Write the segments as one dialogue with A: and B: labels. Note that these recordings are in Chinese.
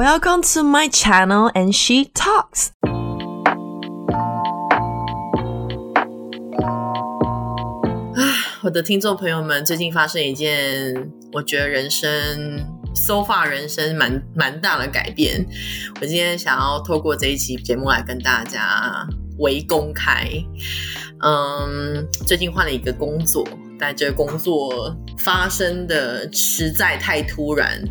A: Welcome to my channel and she talks.
B: Ah, 我的听众朋友们，最近发生一件我觉得人生 so far 人生蛮蛮大的改变。我今天想要透过这一期节目来跟大家为公开。嗯，最近换了一个工作，但这个工作发生的实在太突然。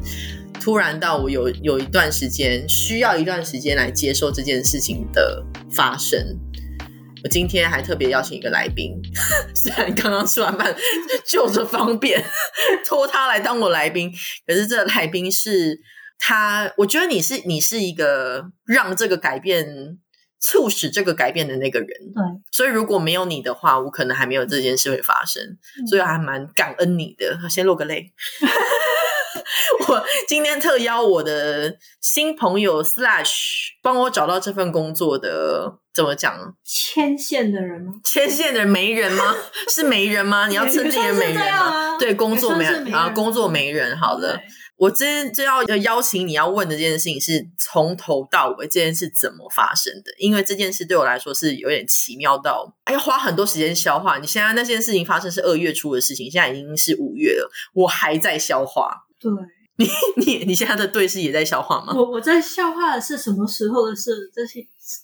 B: 突然到我有有一段时间需要一段时间来接受这件事情的发生。我今天还特别邀请一个来宾， 虽然刚刚吃完饭，就着方便托他来当我来宾，可是这来宾是他，我觉得你是你是一个让这个改变促使这个改变的那个人，
C: 对，
B: 所以如果没有你的话，我可能还没有这件事会发生，
C: 嗯
B: 所以还蛮感恩你的。先落个泪。 我今天特邀我的新朋友 Slash 帮我找到这份工作的，怎么讲？
C: 牵线的人吗？
B: 牵线的媒人吗？是媒人吗？你要称自己的媒人
C: 也算是这样
B: 吗？
C: 啊
B: 对，工作媒
C: 也算是
B: 人
C: 媒人嗯
B: 啊，工作媒人。好的，
C: 对
B: 我今天要呃邀请你要问的这件事情是从头到尾这件事怎么发生的，因为这件事对我来说是有点奇妙到，哎，花很多时间消化。你现在那件事情发生是二月初的事情，现在已经是五月了，我还在消化。
C: 对，
B: 你你现在的对视也在消化吗？
C: 我我在笑话的是什么时候的事？这些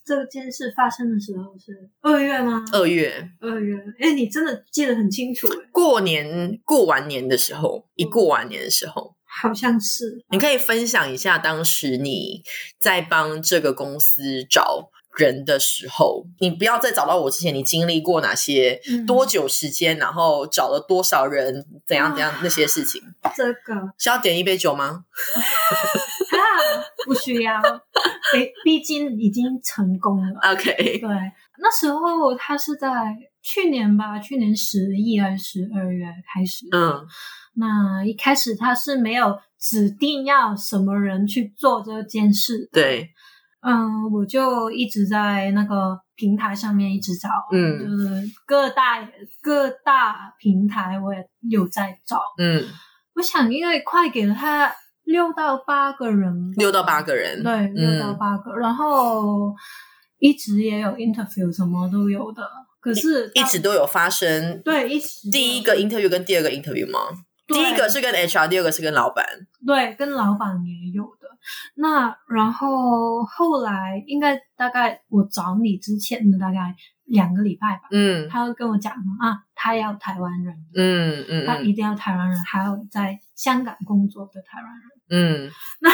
C: 这件事发生的时候是二月吗？
B: 二月
C: 二月，哎，你真的记得很清楚，哎，
B: 过年过完年的时候，一过完年的时候，
C: 好像是。
B: 你可以分享一下当时你在帮这个公司找人的时候，你不要再找到我之前，你经历过哪些
C: 嗯
B: 多久时间，然后找了多少人，怎样
C: 哇
B: 怎样那些事情，
C: 这个啊，
B: 需要点一杯酒吗？
C: 不需要，毕毕竟已经成功了。
B: OK，
C: 对，那时候他是在去年吧，去年十一还是十二月开始。
B: 嗯，
C: 那一开始他是没有指定要什么人去做这件事。
B: 对，
C: 嗯，我就一直在那个平台上面一直找，
B: 嗯
C: 就是各大各大平台我也有在找。
B: 嗯，
C: 我想，因为快给了他六到八个人吧，
B: 六到八个人，
C: 对，六到
B: 嗯
C: 八个，然后一直也有 interview，什么都有的。可是
B: 一
C: 到
B: 直都有发生。
C: 对一直
B: 第一个 interview 跟第二个 interview 吗？
C: 对
B: 第一个是跟 HR，第二个是跟老板。
C: 对，跟老板也有的。那然后后来应该大概我找你之前的大概两个礼拜吧，
B: 嗯
C: 他就跟我讲啊，他要台湾人，
B: 嗯嗯
C: 他
B: 嗯
C: 一定要台湾人，还有在香港工作的台湾人。
B: 嗯。
C: 那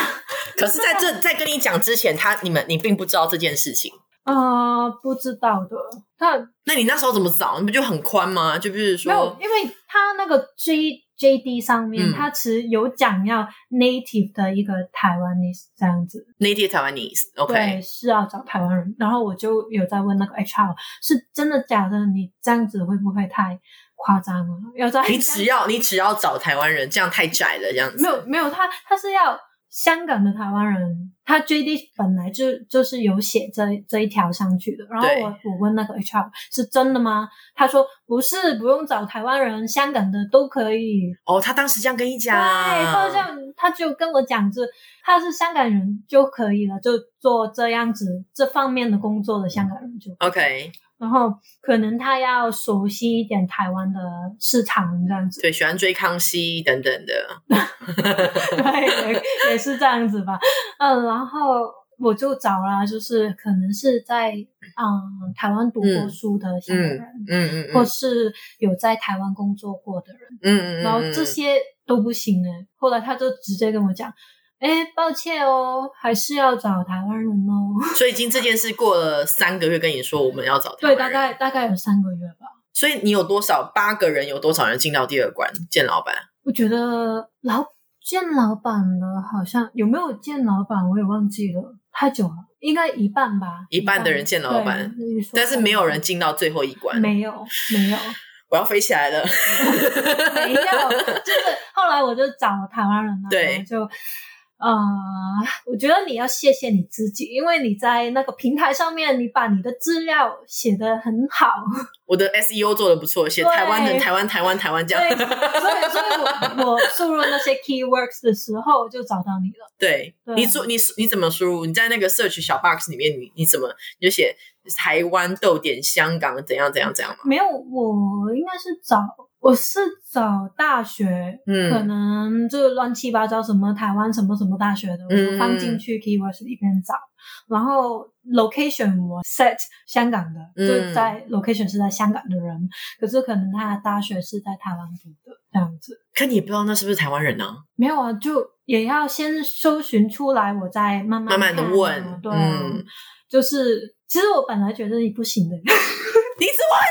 B: 可是在
C: 啊
B: 这在跟你讲之前，他你们你并不知道这件事情。
C: 呃，不知道的，但
B: 那你那时候怎么找？你不就很宽吗？就比如
C: 没有
B: 说，，
C: 因为他那个 J J D 上面，
B: 嗯
C: 他其实有讲要 native 的一个台湾 e 这样子，
B: native Taiwanese，OK，、
C: 对，是要找台湾人。然后我就有在问那个 HR，是真的假的？你这样子会不会太夸张了？要在
B: 你只要你只要找台湾人，这样太窄了，这样子。
C: 没有没有，他他是要香港的台湾人，他 JD 本来就就是有写这这一条上去的。然后
B: 对
C: 我我问那个 HR 是真的吗？他说不是，不用找台湾人，香港的都可以。
B: 哦，他当时这样跟你讲，
C: 对，他就他就跟我讲是他是香港人就可以了，就做这样子这方面的工作的香港人就。
B: OK，
C: 然后可能他要熟悉一点台湾的市场这样子。
B: 对，喜欢追康熙等等 的，
C: 对，也也是这样子吧。嗯，然后我就找啦，就是可能是在嗯台湾读过书的香港人，
B: 嗯嗯嗯
C: 或是有在台湾工作过的人，
B: 嗯嗯，嗯
C: 然后这些都不行呢。后来他就直接跟我讲。哎，抱歉哦，还是要找台湾人哦。
B: 所以已经这件事过了三个月，跟你说我们要找台湾
C: 对，
B: 人
C: 大概大概有三个月吧。
B: 所以你有多少八个人，有多少人进到第二关见老板？
C: 我觉得老见老板了，好像有没有见老板，我也忘记了，太久了，应该一半吧，
B: 一半的人见老板
C: 对你说
B: 但是没有人进到最后一关。
C: 没有没 有
B: 我要飞起来了。
C: 没有，就是后来我就找台湾人了，
B: 对
C: 就呃，我觉得你要谢谢你自己，因为你在那个平台上面，你把你的资料写得很 好，
B: 我的 SEO 做的不错，写
C: 对
B: 台湾人、台湾、台湾、台湾这
C: 对，
B: 样。
C: 所以所以我我 输入那些 keywords 的时候我就找到你了，
B: 对
C: 对
B: 你做你你怎么输入？你在那个 search 小 box 里面，你你怎么你就写台湾逗点香港怎样怎样怎样嘛？
C: 没有，我应该是找我是找大学，可
B: 嗯
C: 能就乱七八糟什么台湾什么什么大学的，
B: 嗯
C: 我放进去 keywords 里面找，然后 location 我 set 香港的，
B: 嗯
C: 就在 location 是在香港的人，可是可能他的大学是在台湾读的这样子，
B: 可你也不知道那是不是台湾人呢、
C: 没有啊，就也要先搜寻出来，我再慢
B: 慢
C: 慢
B: 慢的
C: 看啊
B: 问，
C: 对啊，
B: 嗯，
C: 就是其实我本来觉得你不行的，我
B: 你怎么会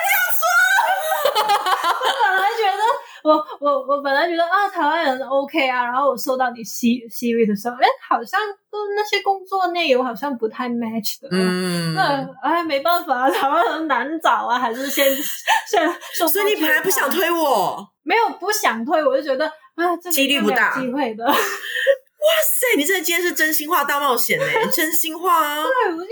C: 本来觉得。我我我本来觉得啊，台湾人 OK 啊，然后我收到你 C C V 的时候，哎，好像都那些工作内容好像不太 match 的，，
B: 嗯，
C: 那哎没办法，台湾人难找啊，还 是先先送过去吧。
B: 所以你本来不想推我，哇
C: 啊没有不想推，我就觉得啊，这个
B: 几率
C: 应该
B: 不
C: 没有
B: 大
C: 机会的。
B: 塞，你这今天是真心话大冒险呢、真心话啊，
C: 对，我因为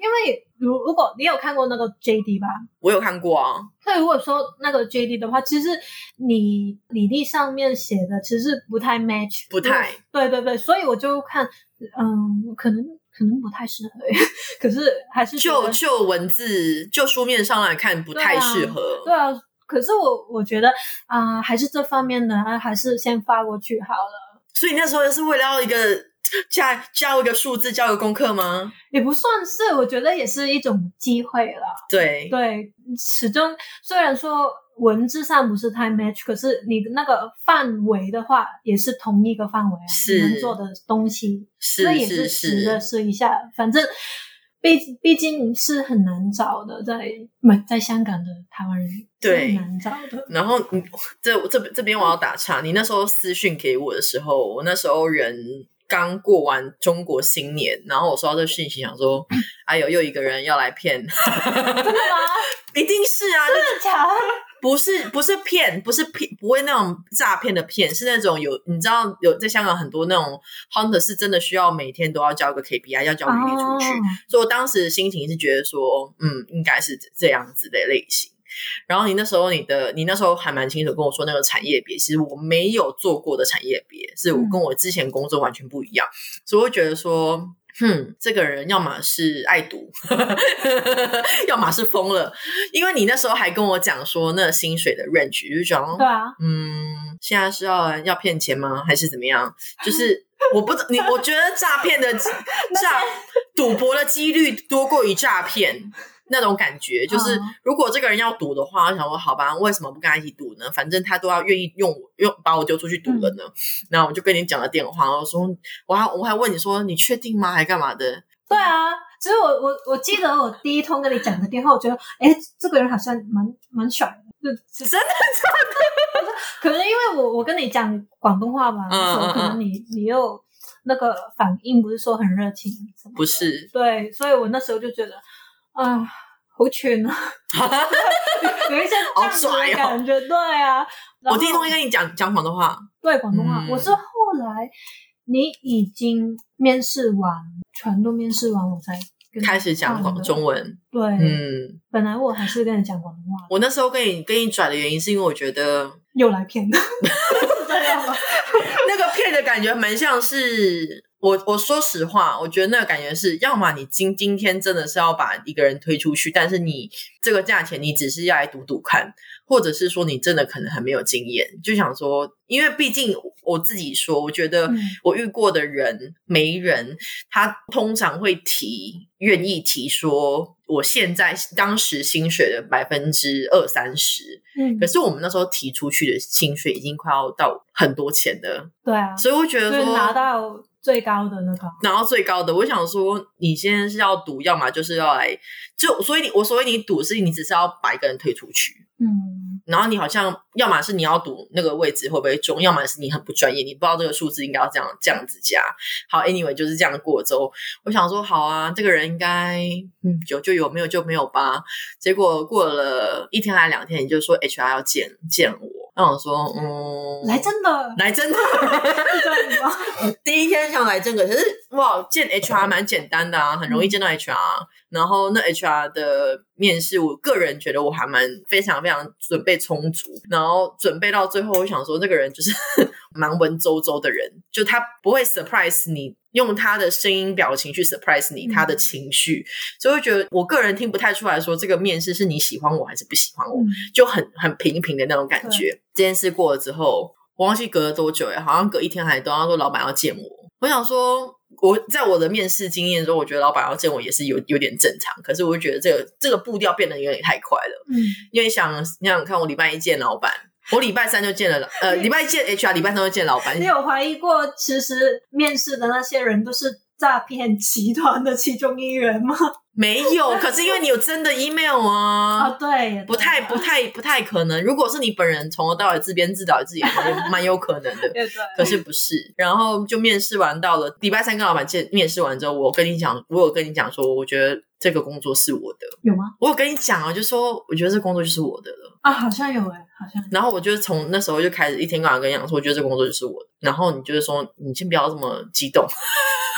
C: 因为如如果你有看过那个 JD 吧，
B: 我有看过啊，
C: 那如果说那个 JD 的话，其实你履历上面写的其实不太 match，
B: 不太
C: 对对对，所以我就看，嗯，可能可能不太适合， 可是还是觉
B: 就
C: 得
B: 就文字就书面上来看不太适合，
C: 对啊，可是我我觉得啊、还是这方面的啊还是先发过去好了。
B: 所以那时候是为了要一个 加加一个数字，交一个功课吗？
C: 也不算是，我觉得也是一种机会了。
B: 对，
C: 对，始终虽然说文字上不是太 match，可是你那个范围的话，也是同一个范围啊，
B: 是
C: 能做的东西，
B: 是
C: 那也
B: 是
C: 值
B: 是
C: 得，试一下。反正毕毕竟是很难找的，在没在香港的台湾人
B: 对
C: 是很难找的。
B: 然后你这这这边我要打岔，你那时候私讯给我的时候，我那时候人刚过完中国新年，然后我收到这讯息，想说，哎呦，又一个人要来骗，
C: 真的吗？
B: 一定是啊，
C: 真的假的？
B: 不是不是骗，不是骗，不会那种诈骗的骗，是那种有你知道有在香港很多那种 hunter 是真的需要每天都要交个 KPI，要交履历出去，
C: 哦
B: 所以我当时的心情是觉得说，嗯，应该是这样子的类型。然后你那时候你的你那时候还蛮清楚跟我说那个产业别，其实我没有做过的产业别，是我
C: 嗯
B: 跟我之前工作完全不一样，所以我会觉得说。哼，这个人要么是爱赌， 要么是疯了。因为你那时候还跟我讲说那薪水的 range，就是讲
C: 对啊，
B: 嗯，现在是要要骗钱吗？还是怎么样？ 就是我不知你，我觉得诈骗的诈赌博的几率多过于诈骗那种感觉。就是
C: 嗯
B: 如果这个人要赌的话，我想说好吧，为什么不跟他一起赌呢？反正他都要愿意用我用把我丢出去赌了
C: 嗯
B: 呢。那我就跟你讲了电话，我说我还我还问你说你确定吗？还干嘛的？
C: 对啊。其实我我我记得我第一通跟你讲的电话，我觉得哎，这个人好像蛮蛮爽的，就
B: 嗯真的
C: 可能因为我我跟你讲广东话嘛，
B: 嗯
C: 那时
B: 嗯
C: 候
B: 嗯
C: 可能你你又那个反应不是说很热情什么的
B: 不是？
C: 对，所以我那时候就觉得啊。好 蠢啊！有一些这样子
B: 好拽
C: 的
B: 哦
C: 感觉，对啊。然后
B: 我第一通跟你讲讲广东话，
C: 对广东话，
B: 嗯
C: 我是后来你已经面试完，全都面试完，我才跟你
B: 开始讲
C: 换
B: 广
C: 的
B: 中。文，
C: 对，
B: 嗯。
C: 本来我还是跟你讲广东话，
B: 我那时候跟你跟你转的原因，是因为我觉得
C: 又来骗的，是这样吗？
B: 那个骗的感觉蛮像是我，我说实话，我觉得那个感觉是，要么你今今天真的是要把一个人推出去，但是你这个价钱你只是要来赌赌看，或者是说你真的可能很没有经验，就想说，因为毕竟我自己说，我觉得
C: 嗯
B: 我遇过的人媒人，他通常会提愿意提说。我现在当时薪水的百分之二三十，
C: 嗯
B: 可，是我们那时候提出去的薪水已经快要到很多钱了，
C: 对啊，
B: 所以我觉得
C: 就是
B: 说
C: 拿到最高的那个。
B: 拿到最高的，我想说你现在是要赌，要么就是要来就所以你我所谓你赌是你只是要把一个人推出去，
C: 嗯，
B: 然后你好像要么是你要赌那个位置会不会中，要么是你很不专业，你不知道这个数字应该要这样这样子加。好，anyway 就是这样过之后，我想说好啊，这个人应该嗯有就有，没有就没有吧。结果过了一天还两天，你就说 HR 要见见我。那我想说，嗯，
C: 来真的，
B: 来真的。
C: 是这样子吗？
B: 第一天想来这个，可是哇，见 HR 蛮简单的啊，很容易见到 HR。然后那 HR 的面试，我个人觉得我还蛮非常非常准备充足，然后准备到最后，我想说这个人就是 蛮文绉绉的人，就他不会 surprise 你，用他的声音表情去 surprise 你
C: 嗯
B: 他的情绪，所以我觉得我个人听不太出来说这个面试是你喜欢我还是不喜欢我。
C: 嗯
B: 就很很平平的那种感觉。这件事过了之后，我忘记隔了多久哎，好像隔一天还多，他说老板要见我。我想说，我在我的面试经验中，我觉得老板要见我也是有有点正常，可是我就觉得这个这个步调变得有点太快了。
C: 嗯，
B: 因为想你想看，我礼拜一见老板，我礼拜三就见了，呃，
C: 你
B: 礼拜一见 HR，礼拜三就见老板
C: 你。有怀疑过，其实面试的那些人都是诈骗集团的其中一员吗？
B: 没有，可是因为你有真的 email
C: 啊，
B: 啊。
C: 对，也
B: 不太、不太、不太可能。如果是你本人从头到尾自编自导自演，也蛮有可能的。
C: 对，也对，
B: 可是不是，然后就面试完到了礼拜三跟老板见面试完之后，我跟你讲，我有跟你讲说，我觉得这个工作是我的，
C: 有吗？
B: 我有跟你讲啊，就说我觉得这工作就是我的了。
C: 啊，好像有哎、好像有
B: 然后我就从那时候就开始一天到晚跟你讲说，我觉得这工作就是我的。然后你就是说，你先不要这么激动。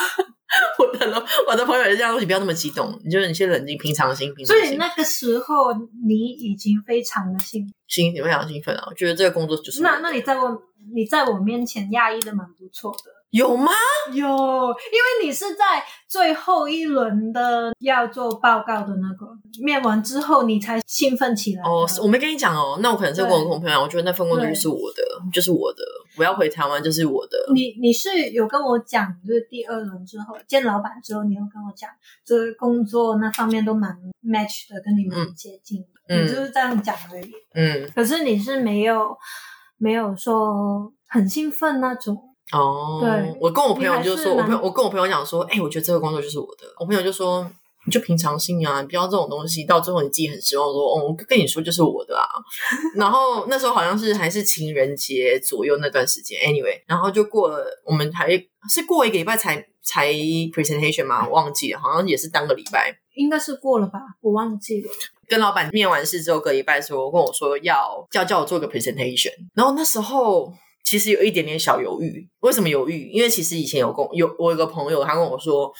B: 我的我的朋友也是这样说，你不要那么激动，你就是你先冷静，平常心，平常
C: 所以
B: 心，
C: 那个时候你已经非常的兴奋，
B: 心情非常兴奋啊。我觉得这个工作就是我的
C: 那那你在我你在我面前压抑的蛮不错的。
B: 有吗？
C: 有，因为你是在最后一轮的要做报告的那个面完之后，你才兴奋起来的。
B: 哦，我没跟你讲哦，那我可能是跟
C: 对
B: 我跟我朋友，我觉得那份工作
C: 对
B: 就是我的，就是我的，我要回台湾就是我的。
C: 你你是有跟我讲，就是第二轮之后见老板之后，你有跟我讲，就是工作那方面都蛮 match 的，跟你蛮接近的，
B: 嗯
C: 你就是这样讲而已。
B: 嗯，
C: 可是你是没有没有说很兴奋那种，
B: 哦，
C: 对
B: 我跟我朋友就说，
C: 你还是
B: 我
C: 蛮
B: 朋友我跟我朋友讲说，哎、我觉得这个工作就是我的。我朋友就说，你就平常心啊，你不要这种东西，到最后你自己很失望，说，哦，我跟你说就是我 的啊。然后那时候好像是还是情人节左右那段时间，anyway，然后就过了，我们还是过一个礼拜才才 presentation 嘛，我忘记了，好像也是当个礼拜。
C: 应该是过了吧，我忘记了。
B: 跟老板面完试之后，隔一拜说跟我说要要叫我做个 presentation，然后那时候其实有一点点小犹豫。为什么犹豫？因为其实以前有公有我有个朋友，他跟我说，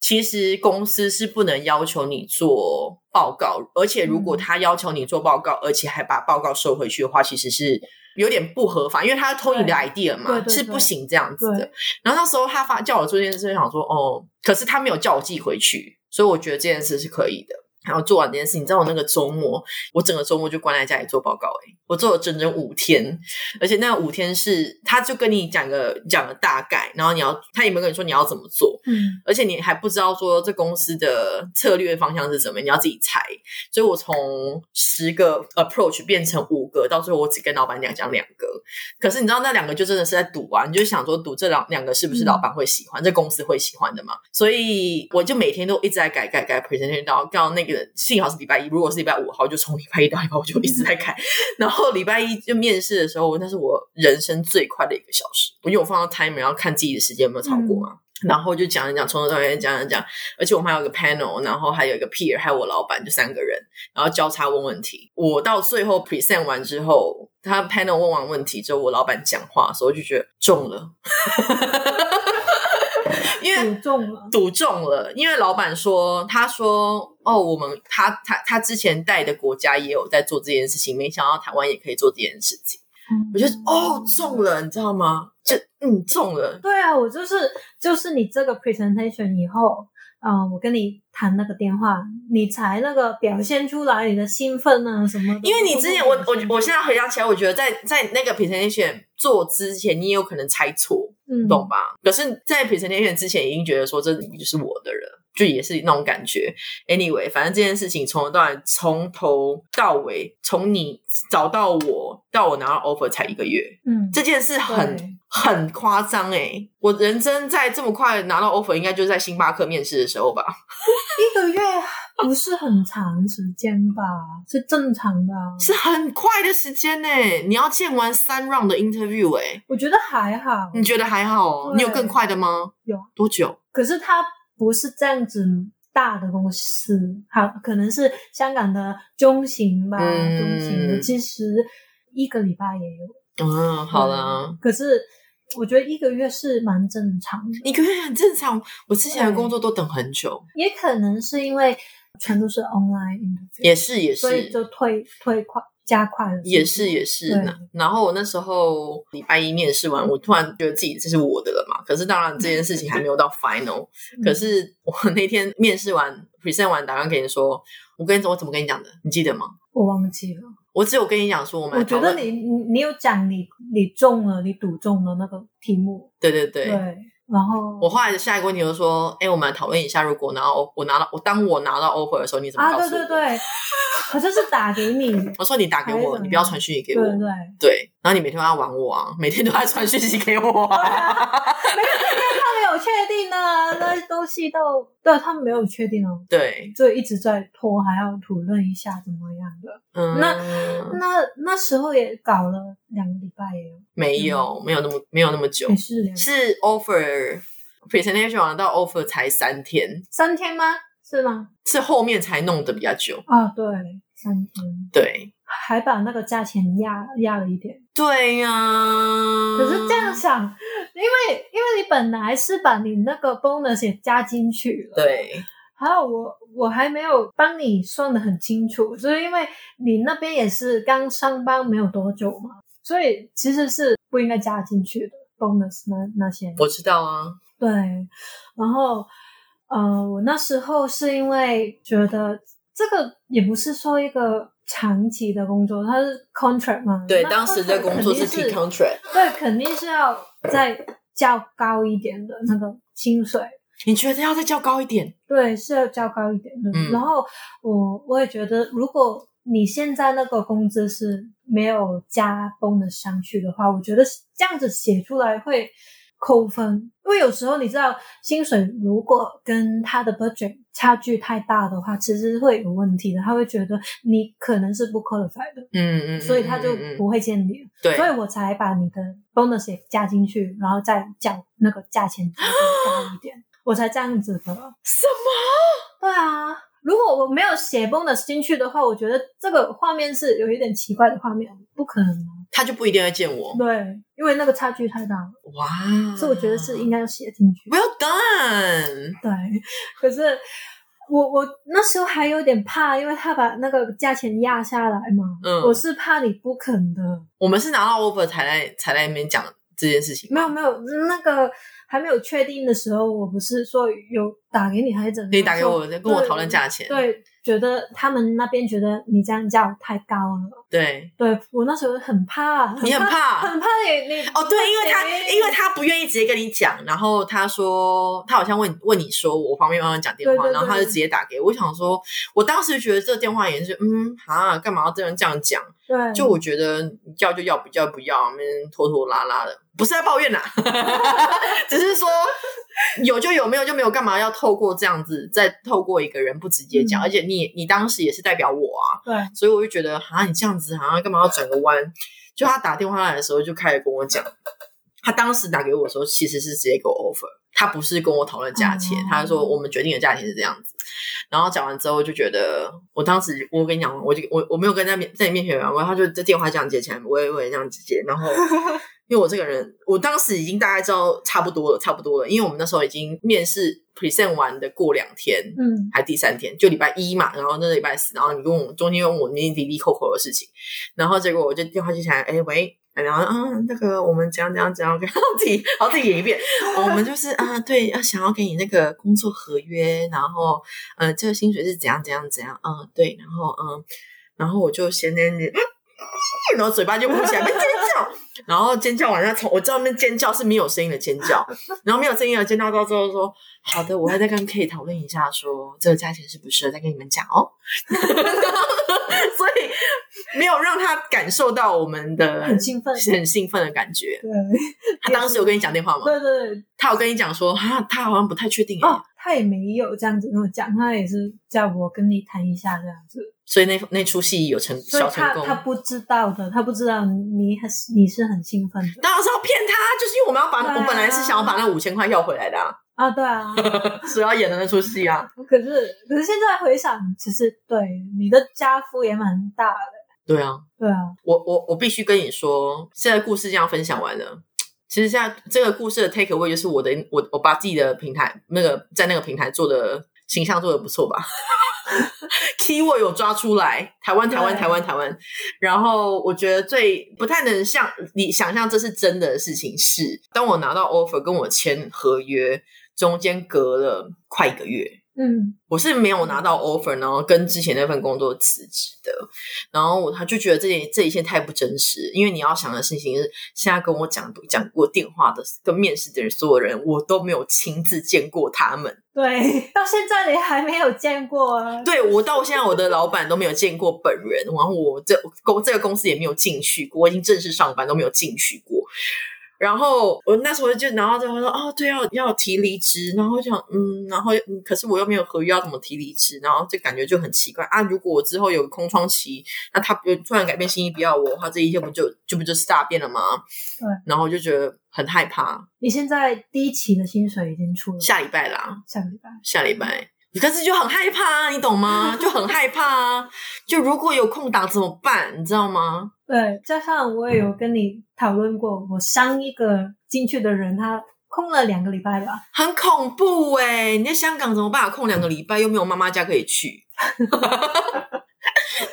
B: 其实公司是不能要求你做报告，而且如
C: 嗯
B: 果他要求你做报告，而且还把报告收回去的话，其实是。有点不合法，因为他偷你的
C: 对
B: idea 嘛，
C: 对对
B: 是不
C: 对
B: 行这样子的
C: 对。，
B: 然后那时候他发叫我做这件事，想说哦，可是他没有叫我寄回去，所以我觉得这件事是可以的。然后做完这件事，你知道我那个周末，我整个周末就关在家里做报告、欸，我做了整整五天，而且那五天是他就跟你讲个讲个大概，然后你要他也没有跟你说你要怎么做，
C: 嗯，
B: 而且你还不知道说这公司的策略方向是什么，你要自己猜。所以我从十个 approach 变成五个，到最后我只跟老板娘讲两个。可是你知道那两个就真的是在赌啊，你就想说赌这两两个是不是老板会喜欢，这公司会喜欢的嘛？所以我就每天都一直在改改改 presentation 到到那个幸好是礼拜一，如果是礼拜五号，就从礼拜一到礼拜五就一直在改。然后礼拜一就面试的时候，那是我人生最快的一个小时，因为我放到 timer 然后看自己的时间有没有超过嘛。然后就讲一讲，从头到尾讲讲讲，而且我们还有个 panel，然后还有一个 peer，还有我老板，就三个人，然后交叉问问题。我到最后 present 完之后，他 panel 问完问题之后，我老板讲话的时候就觉得中了， 因为
C: 赌中了，
B: 赌中了，因为老板说，他说哦，我们他他他之前带的国家也有在做这件事情，没想到台湾也可以做这件事情，我就哦中了，你知道吗？就嗯中了，
C: 对啊，我就是就是你这个 presentation 以后，嗯、我跟你谈那个电话，你才那个表现出来你的兴奋啊什么的。
B: 因为你之前我我我现在回
C: 要
B: 想起来，我觉得在在那个 presentation 做之前，你也有可能猜错，
C: 嗯
B: 懂吧？可是，在 presentation 之前已经觉得说这就是我的人，就也是那种感觉。Anyway，反正这件事情从头到尾，从头到尾，从你找到我到我拿到 offer 才一个月，
C: 嗯，
B: 这件事很
C: 对
B: 很夸张哎！我人生在这么快拿到 offer，应该就是在星巴克面试的时候吧？
C: 一个月啊不是很长时间吧，是正常的、啊。
B: 是很快的时间呢。欸你要见完三 round 的 interview 哎、
C: 我觉得还好，
B: 你觉得还好哦？
C: 对
B: 你有更快的吗？
C: 有
B: 多久？
C: 可是它不是这样子大的公司，好，可能是香港的中型吧，
B: 嗯
C: 中型的。其实一个礼拜也有。
B: 嗯，好啦，
C: 可是我觉得一个月是蛮正常的，
B: 一个月很正常。我之前的工作都等很久，
C: 也可能是因为全都是 online interview，
B: 也是也
C: 所以
B: 是
C: 就退退快加快了，
B: 也是也是
C: 对
B: 呢。然后我那时候礼拜一面试完，我突然觉得自己这是我的了嘛。可是当然这件事情还没有到 final，
C: 嗯
B: 可是我 那天面试完 present 完，打算给你说，我跟你说我怎么跟你讲的，你记得吗？
C: 我忘记了。
B: 我只有跟你讲说我们
C: 我
B: 来
C: 觉
B: 讨
C: 得
B: 论，
C: 你你你有讲你你中了，你赌中了那个题目，
B: 对对对。
C: 然后
B: 我后来的下一个问题就是说，哎，我们来讨论一下，如果拿到我拿到我当我拿到 offer 的时候，你怎么
C: 啊，
B: 告诉我？
C: 对对对，可是是打给你，
B: 我说你打给
C: 还是
B: 我，
C: 怎
B: 你
C: 么
B: 不要
C: 样
B: 传讯息 给
C: 对
B: 我。
C: 对对。
B: 对，然后你每天都在玩我啊，每天都在传讯息给我啊。
C: 他没有确定呢，那东西都对啊他们没有确定哦，
B: 对，
C: 就一直在拖，还要讨论一下怎么样的。
B: 嗯，
C: 那那时候也搞了两个礼拜也有，
B: 没有没有那么没有那么久
C: 也，是两
B: 是 offer presentation 完到 offer 才三天，
C: 三天吗？是吗？
B: 是后面才弄得比较久。
C: 啊，对，三天，
B: 对，
C: 还把那个价钱压压了一点。
B: 对呀、
C: 可是这
B: 嗯
C: 样想，因为因为你本来是把你那个 bonus 也加进去了，。
B: 对，
C: 还有我我还没有帮你算的很清楚，就是因为你那边也是刚上班没有多久嘛，所以其实是不应该加进去的 bonus 那那些。
B: 我知道啊。
C: 对，然后呃，我那时候是因为觉得这个也不是说一个长期的工作，它是 contract 嘛，
B: 对，
C: 那
B: 当时
C: contract
B: 的工作
C: 肯定
B: 是
C: 是
B: T contract，
C: 对，肯定是要再较高一点的那个薪水。
B: 你觉得要再叫高一点？
C: 对，是要较高一点的。
B: 嗯
C: 然后我我也觉得，如果你现在那个工资是没有加 bonus 上去的话，我觉得这样子写出来会扣分，因为有时候你知道，薪水如果跟他的 budget 差距太大的话，其实会有问题的。他会觉得你可能是不 qualified 的，
B: 嗯嗯，
C: 所以他就
B: 嗯嗯嗯
C: 不会见你。
B: 对
C: 所以我才把你的 bonus 也加进去，然后再降那个价钱再高一点，我才这样子的。
B: 什么？
C: 对啊，如果我没有写 bonus 进去的话，我觉得这个画面是有一点奇怪的画面，不可能啊。
B: 他就不一定会见我。
C: 对，因为那个差距太大了，
B: 哇，
C: 所以我觉得是应该要写进去。
B: Well done，
C: 对，可是我我那时候还有点怕，因为他把那个价钱压下来嘛，
B: 嗯
C: 我是怕你不肯的。
B: 我们是拿到 offer 才来才来那边讲这件事情吗。
C: 没有没有，那个还没有确定的时候，我不是说有打给你还是怎么样？
B: 可以打给我，
C: 说
B: 跟我讨论价钱。
C: 对，觉得他们那边觉得你这样叫太高了。
B: 对
C: 对我那时候很怕，
B: 你很怕
C: 很怕你你
B: 哦，对，因为他
C: 对
B: 因为他不愿意直接跟你讲，然后他说他好像问问你说我方便帮你讲电话，
C: 对对对
B: 然后他就直接打给我。我想说，我当时觉得这电话也是嗯啊，干嘛要这样这样讲？
C: 对，
B: 就我觉得要就要，不要不要，那边拖拖拉拉的，不是在抱怨啦， 只是说有就有，没有就没有，干嘛要透过这样子，再透过一个人不直接讲？
C: 嗯
B: 而且你你当时也是代表我啊，
C: 对
B: 所以我就觉得啊，你这样子好像干嘛要转个弯？就他打电话来的时候，就开始跟我讲，他当时打给我的时候，其实是直接给我 offer，他不是跟我讨论价钱，
C: 哦
B: 他说我们决定的价钱是这样子。然后讲完之后，我就觉得我当时我跟你讲，我就我我没有跟在面在你面前玩过，他就这电话这样接起来，我也我也这样接，然后。因为我这个人，我当时已经大概知道差不多了，差不多了。因为我们那时候已经面试 present 完的过两天，
C: 嗯
B: 还第三天，就礼拜一嘛，然后那礼拜四，然后你跟我中间问我那滴滴扣扣的事情，然后结果我就电话接起来，哎喂，然后啊那个我们怎样怎样怎 样，跟自己然后自己演一遍，我们就是啊对，啊想要给你那个工作合约，然后呃这个薪水是怎样怎样怎样，嗯、对，然后嗯、然后我就先那里。然后嘴巴就鼓起来，尖叫， 然后尖叫完，他从我知道那边尖叫是没有声音的尖叫， 然后没有声音的尖叫到最后说，好的，我会再跟 K 讨论一下说，这个价钱适不适合，再跟你们讲哦。所以没有让他感受到我们的
C: 很兴奋
B: 很兴奋的感觉。
C: 对
B: 他当时有跟你讲电话吗？
C: 对对对
B: 他有跟你讲说，哈，他好像不太确定、欸，
C: 哦，他也没有这样子跟我讲，他也是叫我跟你谈一下这样子，
B: 所以那那出戏有成
C: 所以
B: 小成
C: 他
B: 功。
C: 他不知道的，他不知道你很你是很兴奋的
B: 当然是要骗他，就是因为我们要把、
C: 对啊
B: 我本来是想要把那五千块要回来的、啊，
C: 啊，对啊，
B: 所以要演的那出戏啊。
C: 可是可是现在回想，其实对你的家夫也蛮大的。
B: 对啊，
C: 对啊，
B: 我我我必须跟你说，现在故事这样分享完了。其实现在这个故事的 take away 就是我的，我我把自己的平台那个在那个平台做的形象做的不错吧 ，keyword 有抓出来，台湾台湾
C: 对
B: 台湾台湾。然后我觉得最不太能像你想象这是真的事情是，当我拿到 offer 跟我签合约，中间隔了快一个月，
C: 嗯，
B: 我是没有拿到 offer，然后跟之前那份工作辞职的，然后他就觉得这件这一切太不真实，因为你要想的事情是，现在跟我讲讲过电话的跟面试的人，所有人我都没有亲自见过他们，
C: 对， 到现在你还没有见过啊，
B: 对我到现在我的老板都没有见过本人，然后我这公这个公司也没有进去过，我已经正式上班都没有进去过。然后我那时候就，然后就说哦，对，要要提离职，然后我想嗯，然后嗯可是我又没有合约，要怎么提离职？然后就感觉就很奇怪啊。如果我之后有空窗期，那他不突然改变心意不要我的话，这一切不就就不就是大变了吗？
C: 对。
B: 然后我就觉得很害怕。
C: 你现在第一期的薪水已经出了，
B: 下礼拜啦，
C: 下个礼拜，
B: 下礼拜。可是就很害怕啊，你懂吗？就很害怕啊！就如果有空档怎么办？你知道吗？
C: 对，加上我也有跟你讨论过，我上一个进去的人他空了两个礼拜吧，
B: 很恐怖哎、你在香港怎么办？空两个礼拜又没有妈妈家可以去。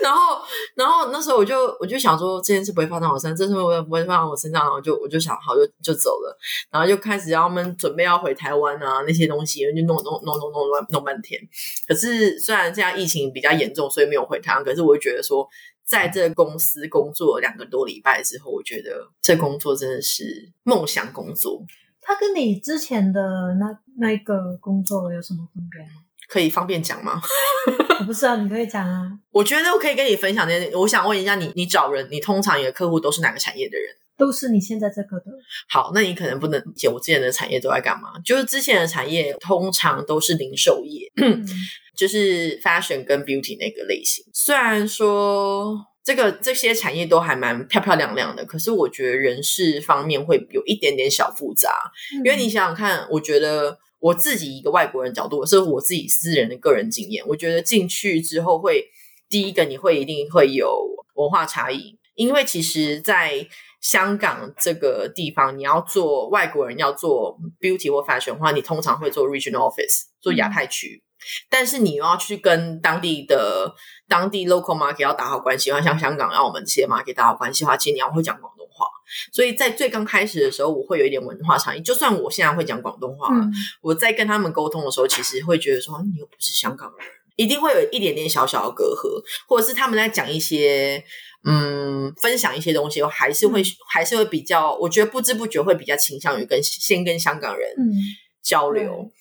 B: 然后，然后那时候我就我就想说这件事不会发生我身上，这件事不会发生我身上，然后就我就想好就就走了，然后就开始让他们准备要回台湾啊那些东西，就弄弄弄弄弄弄弄半天。可是虽然现在疫情比较严重，所以没有回台湾，可是我会觉得说，在这个公司工作两个多礼拜之后，我觉得这工作真的是梦想工作，
C: 他跟你之前的那那个工作有什么分别吗？
B: 可以方便讲吗？
C: 我不知道，你可以讲啊，
B: 我觉得我可以跟你分享这件。我想问一下你，你找人，你通常你的客户都是哪个产业的人？
C: 都是你现在这个的，
B: 好，那你可能不能理解我之前的产业都在干嘛。就是之前的产业通常都是零售业，
C: 嗯，
B: 就是 fashion 跟 beauty 那个类型。虽然说这个这些产业都还蛮漂漂亮亮的，可是我觉得人事方面会有一点点小复杂。
C: 嗯
B: 因为你想想看，我觉得我自己一个外国人角度，是我自己私人的个人经验，我觉得进去之后会，第一个你会一定会有文化差异，因为其实，在香港这个地方，你要做外国人要做 beauty 或 fashion 的话，你通常会做 regional office，做亚太区。但是你又要去跟当地的当地 local market 要打好关系，要像香港、澳门这些 market 打好关系的话，其实你要会讲广东话。所以在最刚开始的时候，我会有一点文化差异。就算我现在会讲广东话，
C: 嗯，
B: 我在跟他们沟通的时候，其实会觉得说，你又不是香港人，一定会有一点点小小的隔阂，或者是他们在讲一些嗯分享一些东西，我还是会、
C: 嗯
B: 还是会比较，我觉得不知不觉会比较倾向于跟先跟香港人
C: 嗯
B: 交流。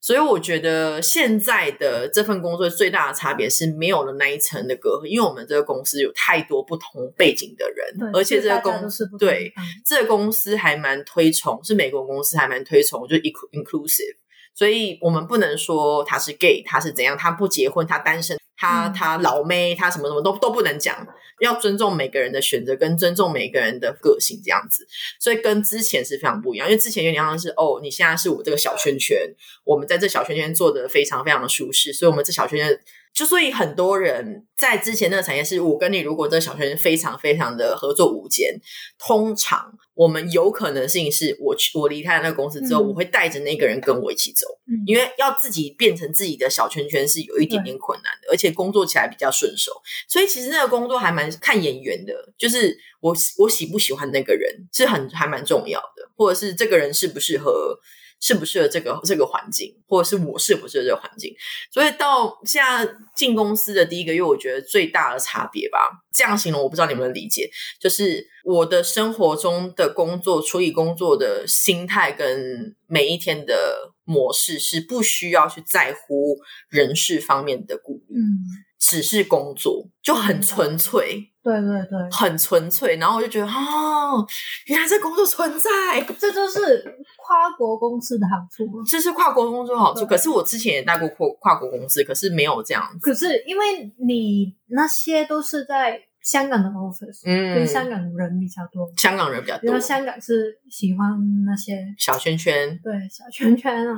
B: 所以我觉得现在的这份工作最大的差别是没有了那一层的隔阂，因为我们这个公司有太多不同背景的人，
C: 对，
B: 而且
C: 所
B: 这
C: 以大
B: 个
C: 家
B: 公
C: 都嗯是不同
B: 对
C: 地方
B: 这个公司还蛮推崇，是美国公司还蛮推崇，就是 inclu- inclusive，所以我们不能说他是 gay，他是怎样，他不结婚，他单身，他
C: 嗯
B: 他老妹，他什么什么都都不能讲，要尊重每个人的选择，跟尊重每个人的个性这样子，所以跟之前是非常不一样，因为之前有点像是哦，你现在是我这个小圈圈，我们在这小圈圈做的非常非常的舒适，所以我们这小圈圈就所以很多人在之前那个产业是我跟你如果这小圈圈非常非常的合作无间，通常我们有可能性是我去我离开了那个公司之后，
C: 嗯
B: 我会带着那个人跟我一起走，
C: 嗯
B: 因为要自己变成自己的小圈圈是有一点点困难的，而且工作起来比较顺手，所以其实那个工作还蛮看眼缘的，就是我我喜不喜欢那个人是很还蛮重要的，或者是这个人适不适合。适不适合这个这个环境，或者是我适不适合这个环境？所以到现在进公司的第一个月，我觉得最大的差别吧，这样形容我不知道你们能理解，就是我的生活中的工作、处理工作的心态跟每一天的模式是不需要去在乎人事方面的顾虑，
C: 嗯，
B: 只是工作就很纯粹，
C: 对对对，
B: 很纯粹。然后我就觉得，哦，原来这工作存在，
C: 这就是跨国公司的好处。
B: 这是跨国工作好处。
C: 对
B: 可是我之前也带过跨跨国公司，可是没有这样子。
C: 可是因为你那些都是在香港的 office，、
B: 嗯
C: 跟香港人比较多，
B: 香港人比较
C: 因
B: 多
C: 为，啊香港是喜欢那些
B: 小圈圈，
C: 对小圈圈啊、